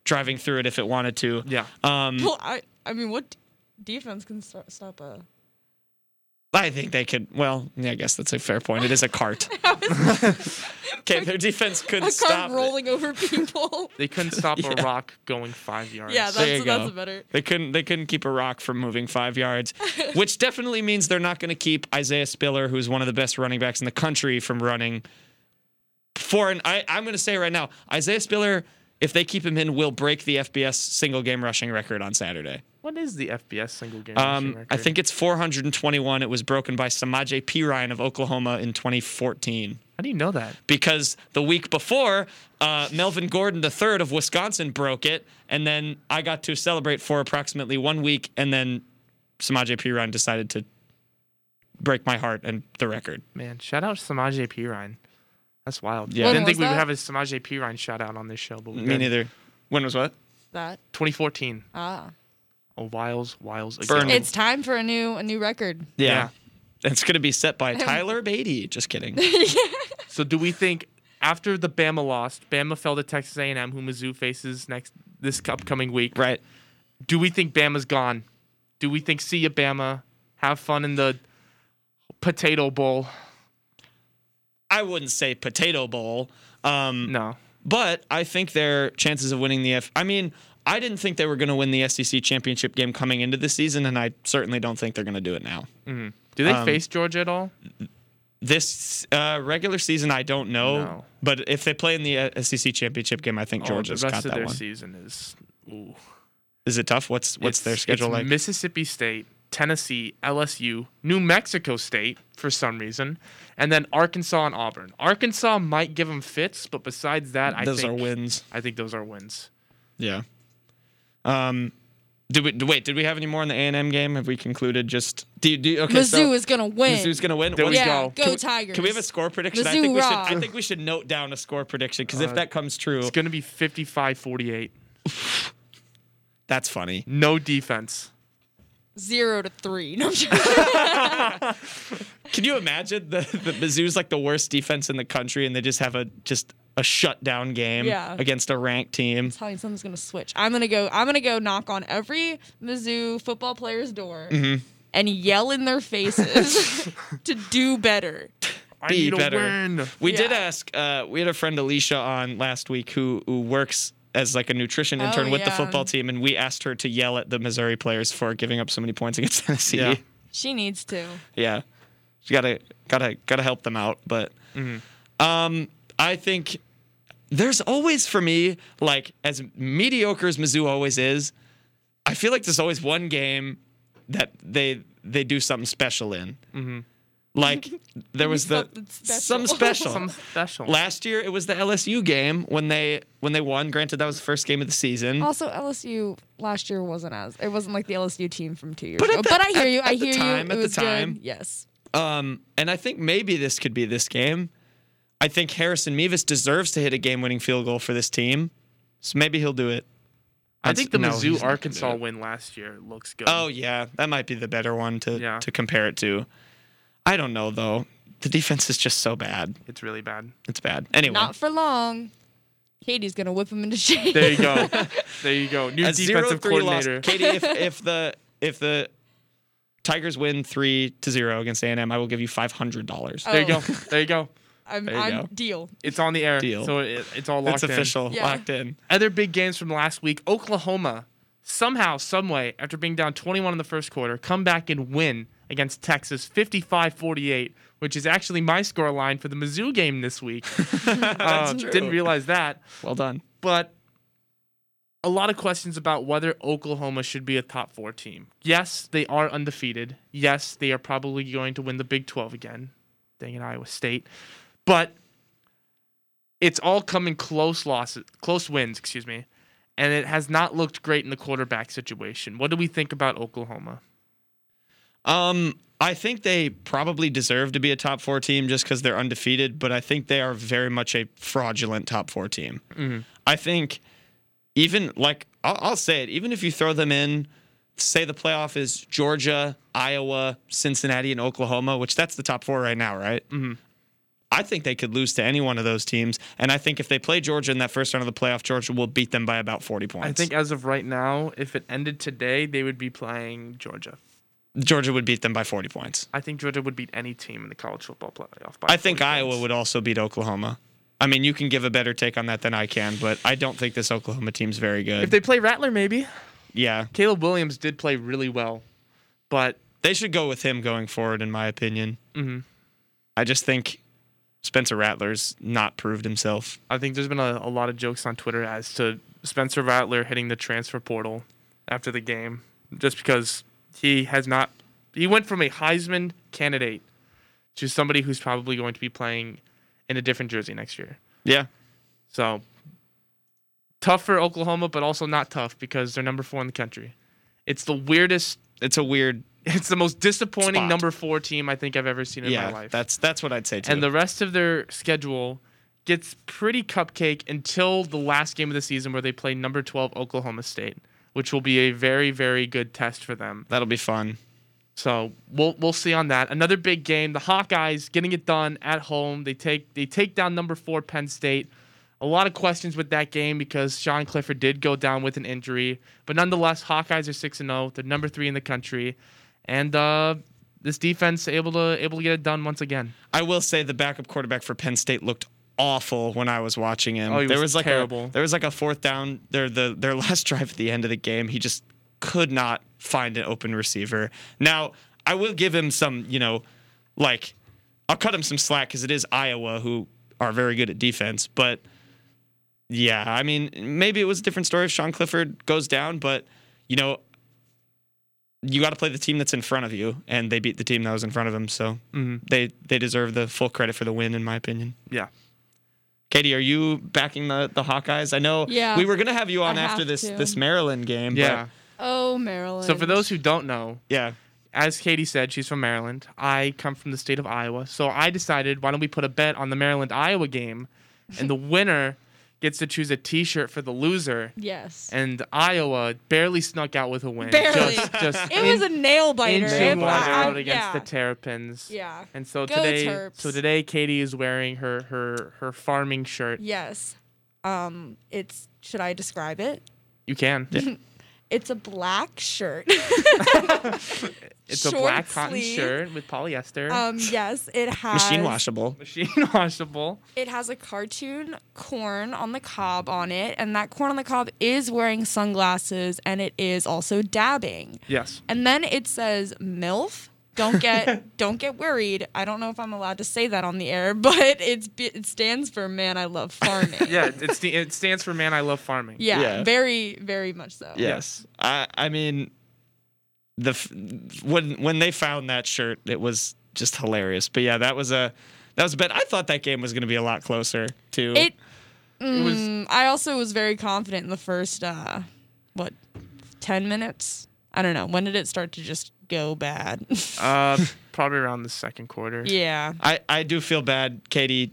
driving through it if it wanted to. Yeah. Um, Well, I, I mean, what defense can st- stop a? I think they could. Well, yeah, I guess that's a fair point. It is a cart. okay, their defense A couldn't car stop. rolling over people. They couldn't stop Yeah. a rock going five yards. Yeah, that's- there you go. that's better. They couldn't. They couldn't keep a rock from moving five yards, which definitely means they're not going to keep Isaiah Spiller, who's one of the best running backs in the country, from running. For an, I, I'm going to say right now, Isaiah Spiller, if they keep him in, will break the FBS single game rushing record on Saturday. What is the FBS single game? rushing Um, record? I think it's 421. It was broken by Samaje P. Ryan of Oklahoma in 2014. How do you know that? Because the week before, uh, Melvin Gordon III of Wisconsin broke it, and then I got to celebrate for approximately one week, and then Samaje P. Ryan decided to break my heart and the record. Man, shout out Samaje Perine. That's wild. Yeah. I When didn't think was we would that? have a Samaje Perine shout out on this show, but we Me did. neither. When was what? That 2014. ah, Oh, Wiles, Wiles again. Burn. it's time for a new a new record. Yeah. It's going to be set by Tyler Beatty. Just kidding. So do we think after the Bama lost, Bama fell to Texas A&M, who Mizzou faces next this upcoming week? Right. Do we think Bama's gone? Do we think see ya Bama? Have fun in the potato bowl. I wouldn't say potato bowl. Um, no. But I think their chances of winning the F. I mean, I didn't think they were going to win the SEC championship game coming into the season, and I certainly don't think they're going to do it now. Mhm. Do they Um, face Georgia at all? This uh, regular season, I don't know. But if they play in the uh, SEC championship game, I think Oh, Georgia's the rest got of that their one. season is ooh. Is it tough? What's what's It's- their schedule it's like? Mississippi State, Tennessee, LSU, New Mexico State for some reason, and then Arkansas and Auburn. Arkansas might give them fits, but besides that, I Those are think- wins. I think those are wins. yeah. Um, did we wait? Did we have any more in the A and M game? Have we concluded? Just do you, do you- okay? so- Mizzou is gonna win. Mizzou's gonna win. There What- we Yeah, go. go Can we- Tigers. Can we have a score prediction? I Mizzou think we should. rock. I think we should note down a score prediction because if Uh, that comes true, It's going to be 55-48. That's funny. No defense. Zero to three. No, I'm just- Can you imagine the, the Mizzou's like the worst defense in the country, and they just have a just a shutdown game Yeah. against a ranked team? telling you something's gonna switch. I'm gonna go. I'm gonna go knock on every Mizzou football player's door Mhm. and yell in their faces to do better. I need a win. We did ask. Uh, we had a friend Alicia on last week who who works as like a nutrition Oh, intern with the yeah. football team, and we asked her to yell at the Missouri players for giving up so many points against Tennessee. Yeah. She needs to. yeah you gotta gotta gotta help them out but um i think there's always for me like as mediocre as mizzou always is i feel like there's always one game that they they do something special in Mhm. like there was the Something special. some special Some special. last year it was the lsu game when they when they won granted that was the first game of the season Also, LSU last year wasn't as it wasn't like the LSU team from two years But at ago. the- but I hear at- you. I at the hear time- you. at It the was good. time. Yes. Um, and I think maybe this could be this game. I think Harrison Mevis deserves to hit a game-winning field goal for this team, so maybe he'll do it. I think the No, he's not Mizzou gonna Arkansas do it. win last year looks good. Oh yeah, that might be the better one to to compare it to. I don't know though. The defense is just so bad. It's really bad. It's bad. Anyway, Not for long. Katie's gonna whip him into shape. There you go. there you go. New a defensive 0-3 loss. coordinator. Katie, if, if the if the Tigers win three to zero against A&M, I will give you five hundred dollars. Oh. There you go. There you go. I'm, There you I'm go. deal. It's on the air. Deal. So it, it's all locked It's in. official, Yeah. locked in. Other big games from last week Oklahoma, somehow, someway, after being down 21 in the first quarter, come back and win against Texas 55 48, which is actually my score line for the Mizzou game this week. Uh, true. Didn't realize that. Well done. But a lot of questions about whether Oklahoma should be a top four team. Yes, they are undefeated. Yes, they are probably going to win the Big 12 again. Dang it, Iowa State. But it's all coming close losses, close wins, excuse me. And it has not looked great in the quarterback situation. What do we think about Oklahoma? Um, I think they probably deserve to be a top four team just because they're undefeated, but I think they are very much a fraudulent top four team. Mm-hmm. I think even like I'll, I'll say it, even if you throw them in say the playoff is Georgia, Iowa, Cincinnati, and Oklahoma, which that's the top four right now, right? Mm-hmm. I think they could lose to any one of those teams, and I think if they play Georgia in that first round of the playoff, Georgia will beat them by about forty points. I think as of right now, if it ended today, they would be playing Georgia. Georgia would beat them by forty points. I think Georgia would beat any team in the college football playoff. By I think Iowa would also beat Oklahoma. I mean, you can give a better take on that than I can, but I don't think this Oklahoma team's very good. if they play Rattler, maybe yeah, Caleb Williams did play really well, but they should go with him going forward, in my opinion. Mhm. I just think Spencer Rattler's not proved himself. I think there's been a, a lot of jokes on Twitter as to Spencer Rattler hitting the transfer portal after the game, just because he has not. He went from a Heisman candidate to somebody who's probably going to be playing in a different jersey next year. Yeah. So tough for Oklahoma, but also not tough because they're number four in the country. It's the weirdest. It's a weird. It's the most disappointing Spot. number four team I think I've ever seen in yeah, my life. that's that's what I'd say too. And the rest of their schedule gets pretty cupcake until the last game of the season where they play number 12 Oklahoma State, which will be a very very good test for them. That'll be fun. So, we'll we'll see on that. Another big game, the Hawkeyes getting it done at home. They take they take down number 4 Penn State. A lot of questions with that game because Sean Clifford did go down with an injury, but nonetheless, Hawkeyes are 6 and 0. They're number 3 in the country. And uh this defense able to able to get it done once again. I will say the backup quarterback for Penn State looked awful when I was watching him. Oh, he there was like terrible. A, there was like a fourth down. Their the their last drive at the end of the game. He just could not find an open receiver. Now I will give him some. You know, like I'll cut him some slack because it is Iowa who are very good at defense, but. Yeah, I mean, maybe it was a different story if Sean Clifford goes down, but you know, you got to play the team that's in front of you, and they beat the team that was in front of them. So Mhm. they they deserve the full credit for the win, in my opinion. Yeah. Katie, are you backing the the Hawkeyes? I know Yeah, we were gonna have you on I after have this to. this Maryland game. Yeah. Oh, Maryland. So for those who don't know, yeah, as Katie said, she's from Maryland. I come from the state of Iowa. So I decided, why don't we put a bet on the Maryland Iowa game, and the winner gets to choose a T-shirt for the loser. Yes. And Iowa barely snuck out with a win. Barely. Just, just It was a nail biter. It- Inching one I- out against yeah. the Terrapins. Yeah. And so Go today, Terps. so today, Katie is wearing her her her farming shirt. Yes. Um, it's should I describe it? You can. It's a black shirt. It's a black Short cotton sleeve. shirt with polyester. Um, yes, it has washable. Machine washable. It has a cartoon corn on the cob on it, and that corn on the cob is wearing sunglasses and it is also dabbing. Yes. And then it says MILF. Don't get don't get worried. I don't know if I'm allowed to say that on the air, but it's it stands for man I love farming. yeah, it's the, it stands for man I love farming. Yeah, Yeah. very very much so. Yes, I I mean, the f- when when they found that shirt, it was just hilarious. But yeah, that was a that was a bet. I thought that game was gonna be a lot closer too. It, was- Mm, I also was very confident in the first uh what 10 minutes? I don't know. When did it start to just go bad? Ah. Uh, probably around the second quarter. yeah. I, I do feel bad, Katie.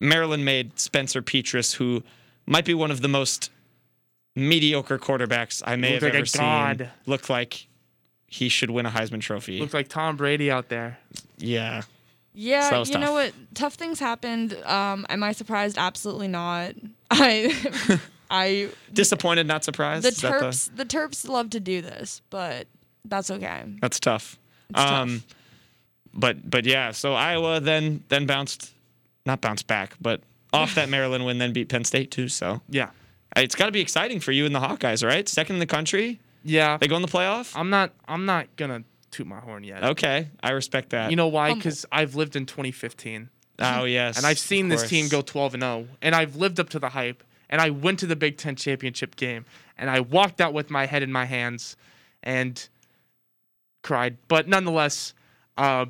Maryland made Spencer Petrus, who might be one of the most mediocre quarterbacks I may He have looked like a ever seen, god. look like he should win a Heisman Trophy. Looked like Tom Brady out there. yeah. Yeah, So that was you know tough. what? Tough things happened. Um, am I surprised? Absolutely not. I, I, Disappointed, not surprised. the Is that Terps, the Terps love to do this, but that's okay. that's tough. um, But but yeah, so Iowa then then bounced, not bounced back, but off that Maryland win, then beat Penn State too. So Yeah. it's got to be exciting for you and the Hawkeyes, right? Second in the country. Yeah. They go in the playoff? I'm not. I'm not gonna toot my horn yet. Okay, I respect that. You know why? Because I've lived in 2015, Oh yes. and I've seen of this course. team go 12 and 0, and I've lived up to the hype, and I went to the Big Ten championship game, and I walked out with my head in my hands, and cried. But nonetheless, uh,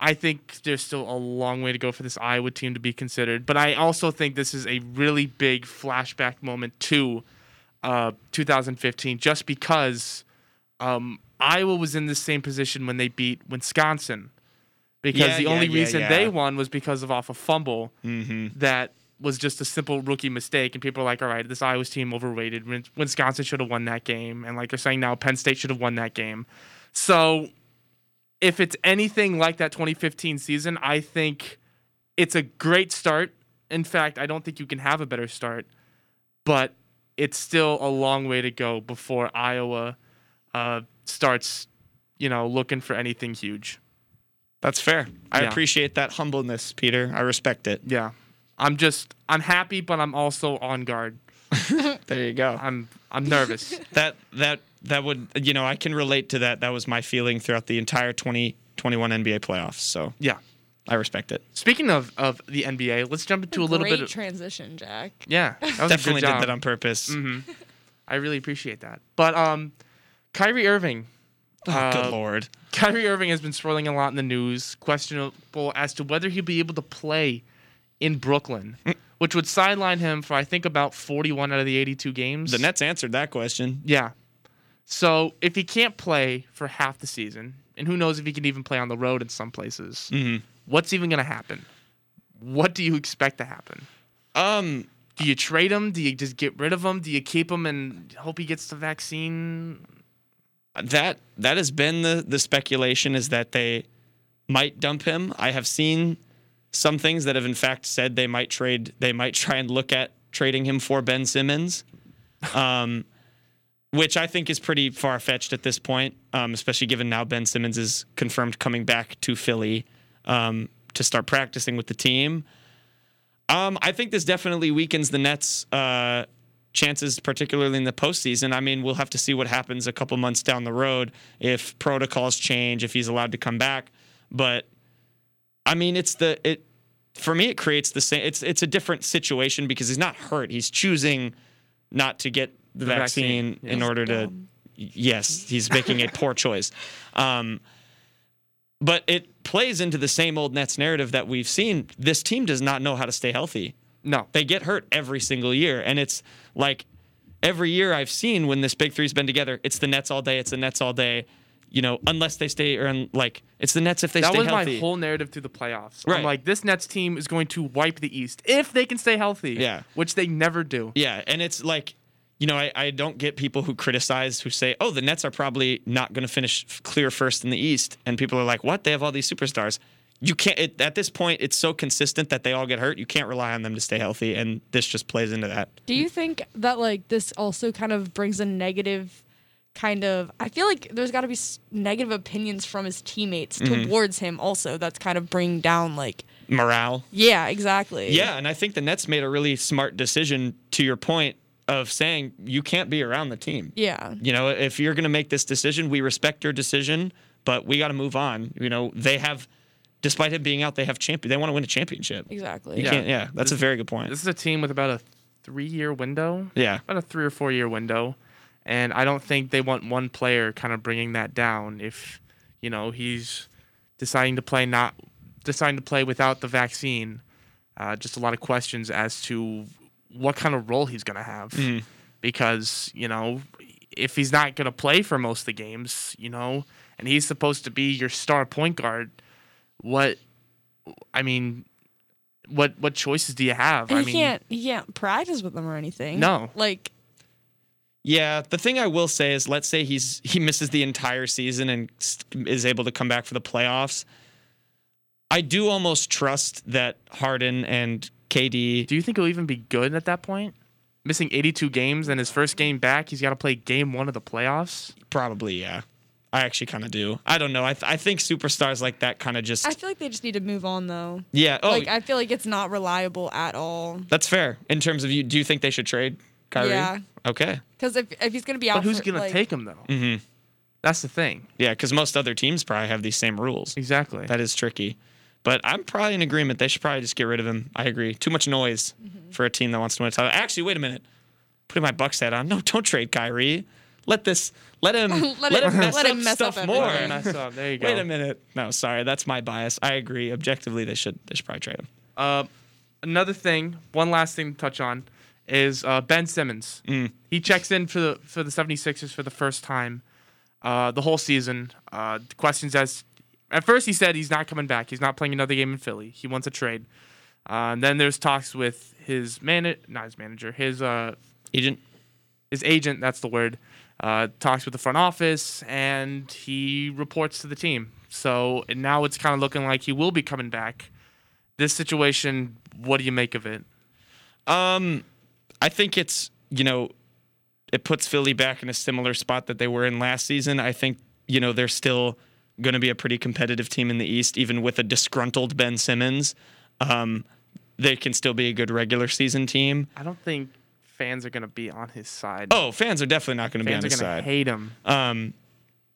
I think there's still a long way to go for this Iowa team to be considered. But I also think this is a really big flashback moment to uh, 2015, just because um, Iowa was in the same position when they beat Wisconsin. Because Yeah, the yeah, only yeah, Mm-hmm. reason yeah. they won was because of off a fumble that was just a simple rookie mistake, and people are like, all right, this Iowa team overrated. Win- Wisconsin should have won that game, and like they're saying now, Penn State should have won that game. So, if it's anything like that 2015 season, I think it's a great start. In fact, I don't think you can have a better start, but it's still a long way to go before Iowa uh, starts, you know, looking for anything huge. That's fair. I Yeah. appreciate that humbleness, Peter. I respect it. Yeah. I'm just I'm happy, but I'm also on guard. there you go. I'm I'm nervous. Uh, that that that would you know I can relate to that. That was my feeling throughout the entire 2021 NBA playoffs. So yeah, I respect it. Speaking of of the NBA, let's jump into a little Great bit. Of, transition, Jack. yeah, that was a good Definitely did job. that on purpose. Mhm. I really appreciate that. But um, Kyrie Irving. Oh, good lord. Kyrie Irving has been swirling a lot in the news, questionable as to whether he'll be able to play in Brooklyn, which would sideline him for I think about 41 out of the 82 games. The Nets answered that question. Yeah. So if he can't play for half the season, and who knows if he can even play on the road in some places, Mhm. what's even going to happen? What do you expect to happen? Um, do you trade him? Do you just get rid of him? Do you keep him and hope he gets the vaccine? That that has been the the speculation is that they might dump him. I have seen some things that have in fact said they might trade. They might try and look at trading him for Ben Simmons. Um, which I think is pretty far fetched at this point, um, especially given now Ben Simmons is confirmed coming back to Philly um, to start practicing with the team. Um, I think this definitely weakens the Nets' uh, chances, particularly in the postseason. I mean, we'll have to see what happens a couple months down the road if protocols change, if he's allowed to come back. But I mean, it's the it for me. It creates the same. It's it's a different situation because he's not hurt. He's choosing not to get The the, vaccine, vaccine, in yes. order to. Yes, he's making a poor choice. Um, but it plays into the same old Nets narrative that we've seen. This team does not know how to stay healthy. No. They get hurt every single year. And it's like every year I've seen when this big three's been together, it's the Nets all day, it's the Nets all day, you know, unless they stay or un- like it's the Nets if they that stay was healthy. my whole narrative through the playoffs. Right. I'm like, this Nets team is going to wipe the East if they can stay healthy. Yeah. Which they never do. Yeah, and it's like, you know, I, I don't get people who criticize who say, oh, the Nets are probably not going to finish f- clear first in the East, and people are like, what? They have all these superstars. You can't it, at this point. It's so consistent that they all get hurt. You can't rely on them to stay healthy, and this just plays into that. Do Mm. you think that like this also kind of brings a negative kind of I feel like there's got to be s- negative opinions from his teammates Mhm. Mm-hmm. towards him also that's kind of bringing down like Morale. yeah, exactly. Yeah, and I think the Nets made a really smart decision to your point of saying you can't be around the team. Yeah. You know, if you're going to make this decision, we respect your decision, but we got to move on. You know, they have, despite him being out, they have champion. They want to win a championship. Exactly. You can't. Yeah, that's a This- very good point. This is a team with about a three year window. Yeah. About a three or four year window. And I don't think they want one player kind of bringing that down if, you know, he's deciding to play not deciding to play without the vaccine. Uh, just a lot of questions as to what kind of role he's going to have. Mm-hmm. Mhm. Because, you know, if he's not going to play for most of the games, you know, and he's supposed to be your star point guard, what, I mean, what what choices do you have? And I he mean, can't he can't practice with them or anything. No. Like Yeah, the thing I will say is, let's say he's he misses the entire season and s- is able to come back for the playoffs. I do almost trust that Harden and KD. Do you think he'll even be good at that point? Missing 82 games and his first game back, he's got to play game one of the playoffs. Probably, yeah. I actually kind of do. I don't know. I, th- I think superstars like that kind of just I feel like they just need to move on though. yeah. Oh, Like I feel like it's not reliable at all. that's fair. In terms of you, do you think they should trade Kyrie? Yeah. Okay. Cuz if if he's going to be out But who's for, going like, to take him, though? Mm-hmm. That's the thing. Yeah, because most other teams probably have these same rules. Exactly. That is tricky. But I'm probably in agreement. They should probably just get rid of him. I agree. Too much noise Mm-hmm. for a team that wants to win a title. Actually, wait a minute. Putting my Bucks hat on. No, don't trade Kyrie. Let this. Let him. let, Let him him- mess let up him mess stuff up more. everything. Mess up. There you Wait go. a minute. No, sorry. That's my bias. I agree. Objectively, they should. They should probably trade him. Uh, another thing, one last thing to touch on is uh, Ben Simmons. He checks in for the for the 76ers for the first time uh, the whole season. Uh, the questions as at first he said he's not coming back. He's not playing another game in Philly. He wants a trade. Uh, and then there's talks with his man, not his manager, his uh, agent, his agent. That's the word. Uh, talks with the front office, and he reports to the team. So and now it's kind of looking like he will be coming back. This situation, what do you make of it? Um, I think it's you know, it puts Philly back in a similar spot that they were in last season. I think you know they're still going to be a pretty competitive team in the East, even with a disgruntled Ben Simmons. Um, they can still be a good regular season team. I don't think fans are going to be on his side. Oh, fans are definitely not going to be on Fans are his gonna side. hate him. Um,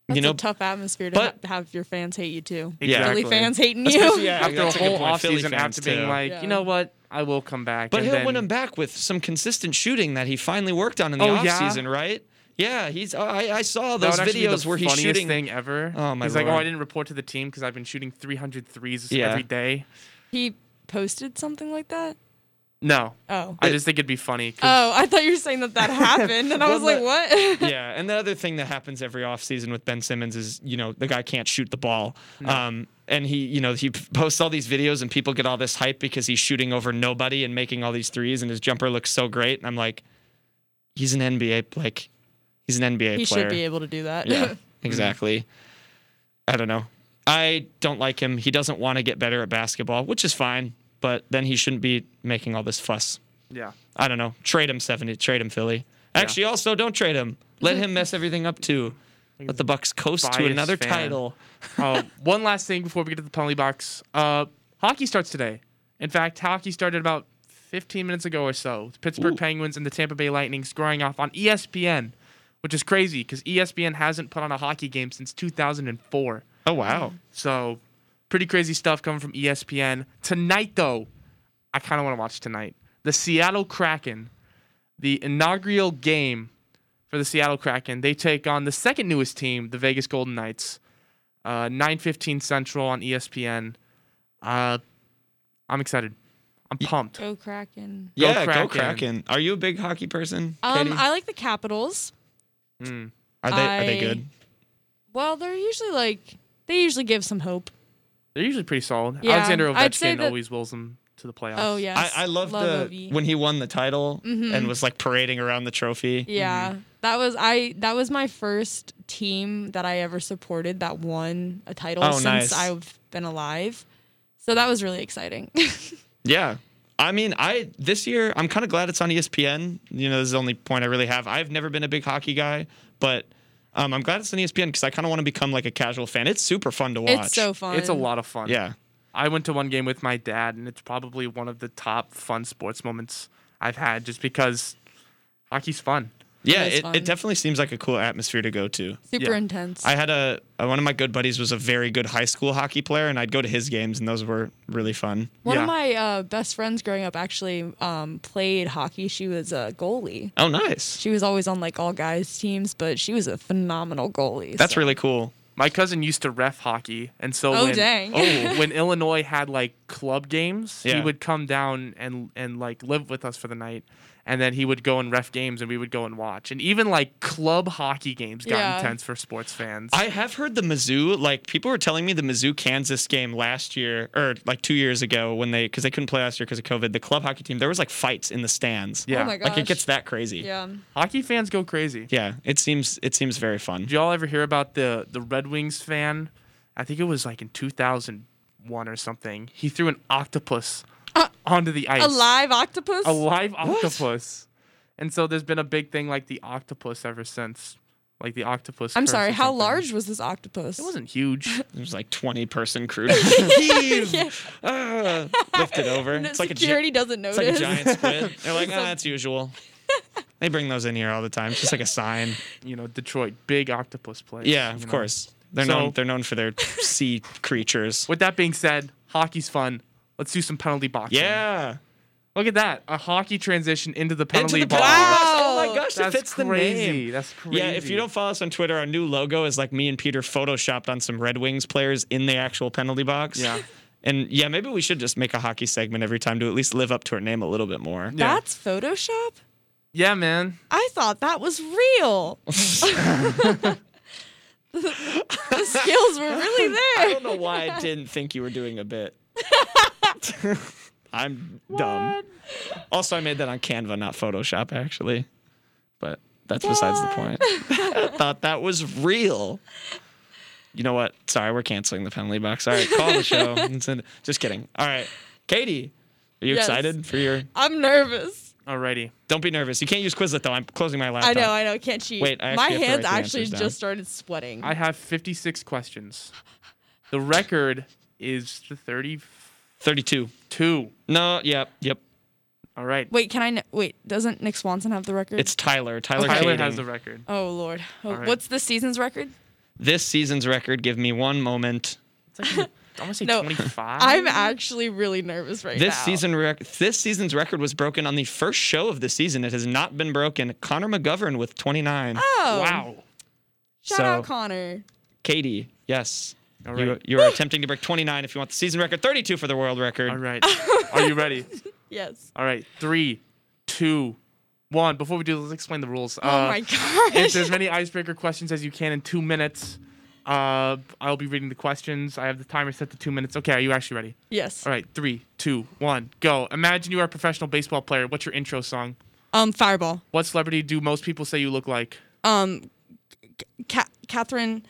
That's you know, a tough atmosphere to but- ha- have your fans hate you too. Yeah. Philly fans hating you. Especially- yeah, after a that's a good whole point. Philly offseason, fans, after being too. like, Yeah. you know what, I will come back. But and he'll then, win him back with some consistent shooting that he finally worked on in the Oh, yeah? offseason, right? Yeah, he's. I, I saw That those would actually be the videos where he's funniest shooting. thing ever. Oh my He's like, oh, Lord. I didn't report to the team because I've been shooting 300 threes Yeah. every day. He posted something like that. No. Oh. I just think it'd be funny. 'cause- Oh, I thought you were saying that that happened, and I Well, was like, the- what? yeah, and the other thing that happens every offseason with Ben Simmons is, you know, the guy can't shoot the ball. Um, and he, you know, he p- posts all these videos and people get all this hype because he's shooting over nobody and making all these threes and his jumper looks so great. And I'm like, he's an NBA, like, he's an NBA He player. should be able to do that. Yeah, exactly. I don't know. I don't like him. He doesn't want to get better at basketball, which is fine, but then he shouldn't be making all this fuss. Yeah. I don't know. Trade him 70. Trade him Philly. Actually, also don't trade him. Let him mess everything up too. Let the Bucks coast to biased another fan. title. Uh, one last thing before we get to the penalty box. Uh, hockey starts today. In fact, hockey started about 15 minutes ago or so. The Pittsburgh Penguins and the Tampa Bay Lightning scoring off on E ESPN, which is crazy E because ESPN hasn't put on a hockey game since 2004. Oh wow! So, pretty crazy stuff coming from E ESPN tonight. Though, I kind of want to watch tonight. The Seattle Kraken, the inaugural game for the Seattle Kraken. They take on the second newest team, the Vegas Golden Knights. Uh, 9:15 Central on E ESPN. Uh, I'm excited. I'm pumped. Go Kraken. yeah, Kraken. go Kraken. Are you a big hockey person? Um, Katie? I like the Capitals. are they are they I- good? Well, they're usually like they usually give some hope. They're usually pretty solid. Yeah, Alexander I'd say Ovechkin that- always wills them to the playoffs. Oh, yes. I, I love, Love the Ovi. when he won the title Mhm. and was like parading around the trophy. Yeah, that was I. That was my first team that I ever supported that won a title Oh, since nice. I've been alive. So that was really exciting. Yeah. I mean, I this year I'm kind of glad it's on E ESPN. You know, this is the only point I really have. I've never been a big hockey guy, but um, I'm glad it's on ESPN because I kind of want to become like a casual fan. It's super fun to It's watch. a lot of fun. Yeah. I went to one game with my dad, and it's probably one of the top fun sports moments I've had just because hockey's fun. Yeah, It is it, fun. it definitely seems like a cool atmosphere to go to. Super Yeah. intense. I had a uh, one of my good buddies was a very good high school hockey player, and I'd go to his games, and those were really fun. One of my uh, best friends growing up actually um, played hockey. She was a goalie. Oh, nice. She was always on like all guys teams, but she was a phenomenal goalie. so- really cool. My cousin used to ref hockey, and so Oh, when, dang. oh, when Illinois had like club games, he Yeah. would come down and and like live with us for the night, and then he would go and ref games, and we would go and watch. And even like club hockey games got Yeah. intense for sports fans. I have heard the Mizzou, like people were telling me the Mizzou Kansas game last year or like two years ago when they, because they couldn't play last year because of COVID, the club hockey team, there was like fights in the stands. Yeah. Oh my Like it gosh. gets that crazy. Yeah. Hockey fans go crazy. Yeah. It seems, it seems very fun. Did y'all ever hear about the the Red Wings fan? I think it was like in 2001 or something. He threw an octopus Uh, onto the ice. A live octopus? A live octopus. And so there's been a big thing like the octopus ever since. Like the octopus. I'm curse sorry, or how something. large was this octopus? It wasn't huge. It was like 20 person crew. Heave! Ah, lift it over. No, it's like security a gi- doesn't It's like a notice. giant squid. They're like, ah, that's usual. They bring those in here all the time. It's just like a sign. You know, Detroit, big octopus place. Yeah, you of know? course. They're So- known. They're known for their sea creatures. With that being said, hockey's fun. Let's do some penalty boxing. Yeah. Look at that. A hockey transition into the penalty Into the box. penalty box. Oh my gosh, That's it fits crazy. the name. That's crazy. Yeah, if you don't follow us on Twitter, our new logo is like me and Peter photoshopped on some Red Wings players in the actual penalty box. Yeah. And yeah, maybe we should just make a hockey segment every time to at least live up to our name a little bit more. That's Photoshop? Yeah, man. I thought that was real. the skills were really there. I don't know why I didn't think you were doing a bit. I'm dumb. Also, I made that on Canva, not Photoshop, actually. But that's besides the point. I thought that was real. You know what? Sorry, we're canceling the penalty box. All right, call the show. and send- Just kidding. All right, Katie, are you Yes. excited for your? I'm nervous. Alrighty. Don't be nervous. You can't use Quizlet though. I'm closing my laptop. I know, I know. Can't cheat. Wait, I my actually have to hands write the actually answers down. just started sweating. I have 56 questions. The record is the 30. 32. Two. No. Yep. Yep. All right. Wait, can I? kn- Wait, doesn't Nick Swanson have the record? It's Tyler. Tyler. Tyler Kading. has the record. Oh lord, oh, All right. what's this season's record? This season's record. Give me one moment. I want to say no, 25. I'm actually really nervous right this now. season rec- this season's record was broken on the first show of the season. It has not been broken. Connor McGovern with 29. Oh. Wow. Shout out So- Connor. Katie, yes. You, you are attempting to break 29 if you want the season record, 32 for the world record. All right. Are you ready? Yes. All right, three, two, one. Before we do, let's explain the rules. Uh, Oh my gosh. Answer as many icebreaker questions as you can in two minutes. Uh, I'll be reading the questions. I have the timer set to two minutes. Okay, are you actually ready? Yes. All right, three, two, one, go. Imagine you are a professional baseball player. What's your intro song? Um, Fireball. What celebrity do most people say you look like? Um, Ca- Catherine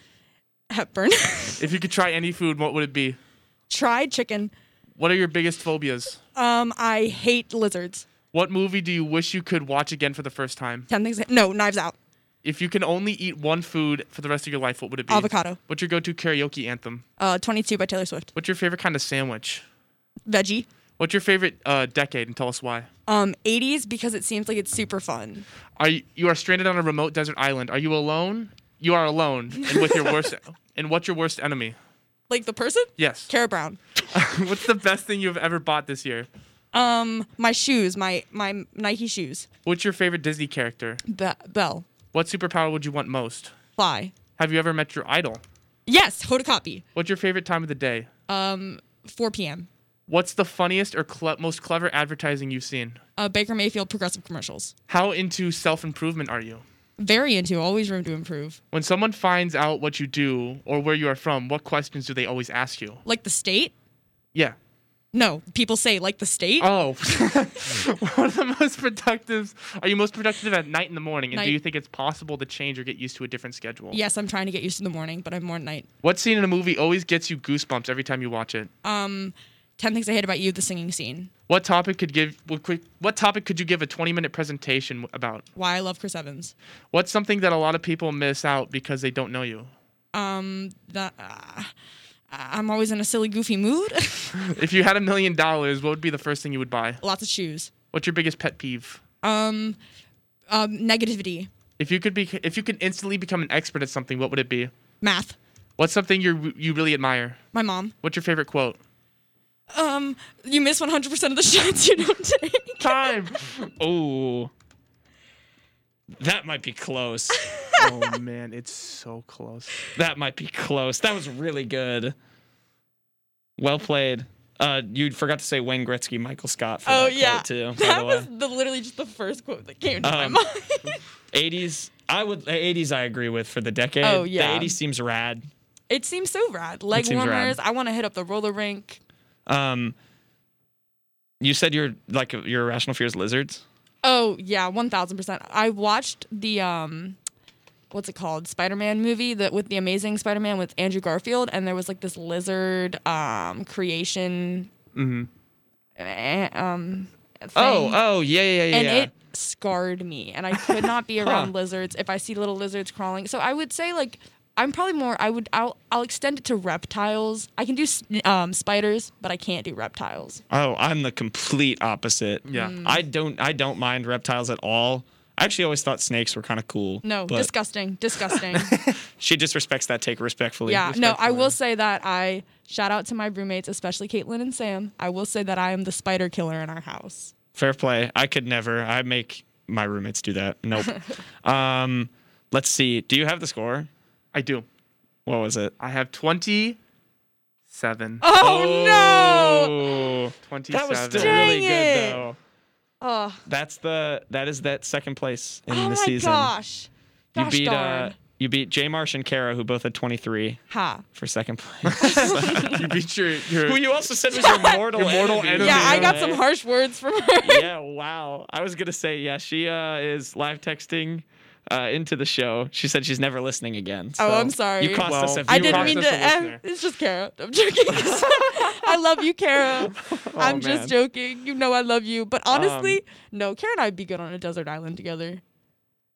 Hepburn. If you could try any food, what would it be? Try chicken. What are your biggest phobias? Um, I hate lizards. What movie do you wish you could watch again for the first time? Ten things. No, Knives Out. If you can only eat one food for the rest of your life, what would it be? Avocado. What's your go-to karaoke anthem? Uh, Twenty Two by Taylor Swift. What's your favorite kind of sandwich? Veggie. What's your favorite uh, decade, and tell us why? Um, 80s because it seems like it's super fun. Are you, you are stranded on a remote desert island? Are you alone? You are alone, and with your worst, and what's your worst enemy? Like the person? Yes. Cara Brown. what's the best thing you've ever bought this year? Um, my shoes, my my Nike shoes. What's your favorite Disney character? Be- Bell. What superpower would you want most? Fly. Have you ever met your idol? Yes, photocopy. What's your favorite time of the day? Um, 4 p.m. What's the funniest or cle- most clever advertising you've seen? Uh, Baker Mayfield progressive commercials. How into self improvement are you? Very into, always room to improve. When someone finds out what you do or where you are from, what questions do they always ask you? Like the state? Yeah. No, people say like the state. Oh, one of the most productive. Are you most productive at night in the morning? And Night. do you think it's possible to change or get used to a different schedule? Yes, I'm trying to get used to the morning, but I'm more at night. What scene in a movie always gets you goosebumps every time you watch it? Um, 10 things I hate about you, the singing scene. What topic could give? What, quick, what topic could you give a 20-minute presentation about? Why I love Chris Evans. What's something that a lot of people miss out because they don't know you? Um, that uh, I'm always in a silly, goofy mood. if you had a million dollars, what would be the first thing you would buy? Lots of shoes. What's your biggest pet peeve? Um, um, negativity, If you could be, if you could instantly become an expert at something, what would it be? math. What's something you you really admire? My mom. What's your favorite quote? Um, you miss 100% of the shots you don't take. Time. Oh, that might be close. oh man, it's so close. That might be close. That was really good. Well played. Uh, you forgot to say Wayne Gretzky, Michael Scott. For Oh that yeah, quote, too. by that the way. was the, literally just the first quote that came to Um, my mind. 80s. I would 80s. I agree with for the decade. Oh, yeah. the 80s seems rad. It seems so rad. Leg seems rad. warmers. I want to hit up the roller rink. Um, you said your like your irrational fears lizards. Oh yeah, one thousand percent. I watched the um, what's it called, Spider-Man movie that with the Amazing Spider-Man with Andrew Garfield, and there was like this lizard um creation Mm-hmm. eh, um. Thing. Oh, oh, yeah, yeah, yeah, And yeah. it scarred me, and I could not be Huh. around lizards if I see little lizards crawling. So I would say like. I'm probably more. I would. I'll. I'll extend it to reptiles. I can do s- um, spiders, but I can't do reptiles. Oh, I'm the complete opposite. Yeah. Mm. I don't I don't mind reptiles at all. I actually always thought snakes were kind of cool. No, but disgusting. Disgusting. she disrespects that take respectfully. Yeah, no, I will say that I shout out to my roommates, especially Caitlin and Sam. I will say that I am the spider killer in our house. Fair play. I could never. I make my roommates do that. Nope. um, let's see. Do you have the score? I do. What was it? I have 27. Oh, Oh, no! 27. That was still Dang really it. good though. Oh, That's the that is that second place in oh the my season. gosh. You Gosh beat darn. uh You beat J Marsh and Kara, who both had 23 Ha. for second place. you beat your, your who you also said was your mortal, Your mortal enemy. Yeah, I got some harsh words from her. yeah, wow. I was gonna say, yeah, she uh, is live texting uh, into the show. She said she's never listening again. oh, so I'm sorry. You cost us a I viewer. didn't mean to. eh, it's just Kara. I'm joking. I love you, Kara. I'm Oh, man. just joking. You know I love you. But honestly, Um, no, Kara and I would be good on a desert island together.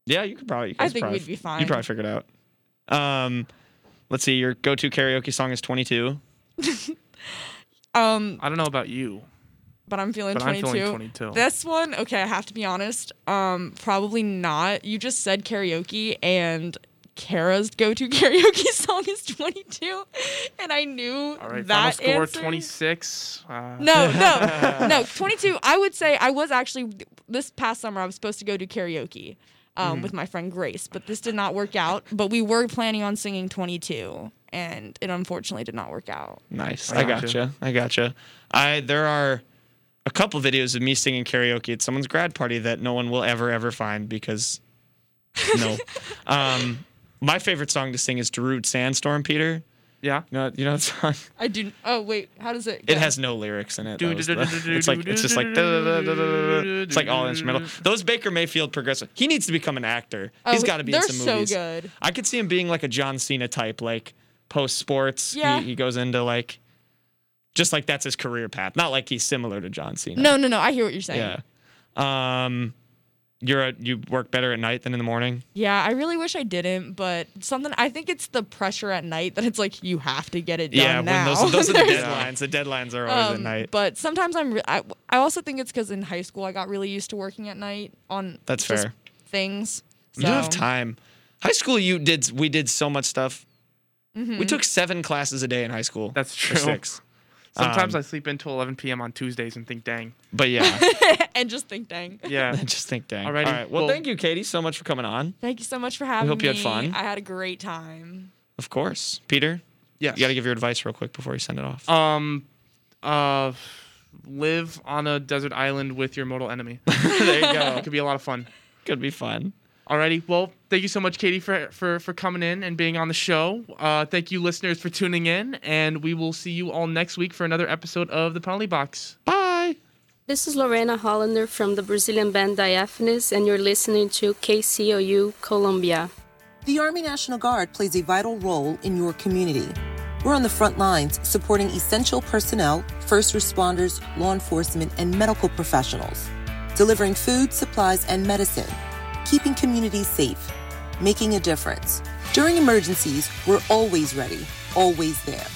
Yeah, you could probably. You I guys think probably, we'd be fine. You probably figured out. Um, let's see. Your go-to karaoke song is 22. Um, I don't know about you. but I'm feeling But I'm 22. feeling 22. This one, okay, I have to be honest. Um, probably not. You just said karaoke, and Kara's go-to karaoke song is 22, and I knew All right, that final score answer. 26. Uh, No, no, no. 22. I would say I was actually this past summer. I was supposed to go do karaoke um, Mhm. with my friend Grace, but this did not work out. But we were planning on singing 22, and it unfortunately did not work out. Nice. I I gotcha. gotcha. I gotcha. I there are a couple videos of me singing karaoke at someone's grad party that no one will ever ever find because no. um, my favorite song to sing is Darude Sandstorm. Peter. Yeah. No, you know that song. I do. Oh wait, how does it? It go? has no lyrics in it. That was the- it's like it's just like it's like all instrumental. Those Baker Mayfield progressive. He needs to become an actor. Oh, He's got to be in they're some so movies. good. I could see him being like a John Cena type, like post sports. Yeah. He, he goes into like just like that's his career path. Not like he's similar to John Cena. No, no, no. I hear what you're saying. Yeah. Um, you're a, you work better at night than in the morning. Yeah, I really wish I didn't, but something I think it's the pressure at night that it's like you have to get it done yeah. now. When those those are the There's- deadlines. The deadlines are always at Um, night. But sometimes I'm. Re- I, I also think it's because in high school I got really used to working at night on. That's just fair. Things. So. You don't have time. High school, you did we did so much stuff. We Mhm. took seven classes a day in high school. That's or true. Six. Sometimes Um, I sleep until 11 p.m. on Tuesdays and think, dang. But yeah, and just think, dang. Yeah. I just think, dang. Alrighty, All right. Well, well- thank you, Katie, so much for coming on. Thank you so much for having me. hope you had fun. I had a great time. Of course, Peter. Yes. You got to give your advice real quick before you send it off. Um, uh, live on a desert island with your mortal enemy. there you go. it could be a lot of fun. Could be fun. Alrighty. Well, thank you so much, Katie, for for for coming in and being on the show. Uh, thank you, listeners, for tuning in, and we will see you all next week for another episode of the Penalty Box. Bye. This is Lorena Hollander from the Brazilian band Diaphanous, and you're listening to KCOU Colombia. The Army National Guard plays a vital role in your community. We're on the front lines supporting essential personnel, first responders, law enforcement, and medical professionals, delivering food, supplies, and medicine, keeping communities safe, making a difference. During emergencies, we're always ready, always there.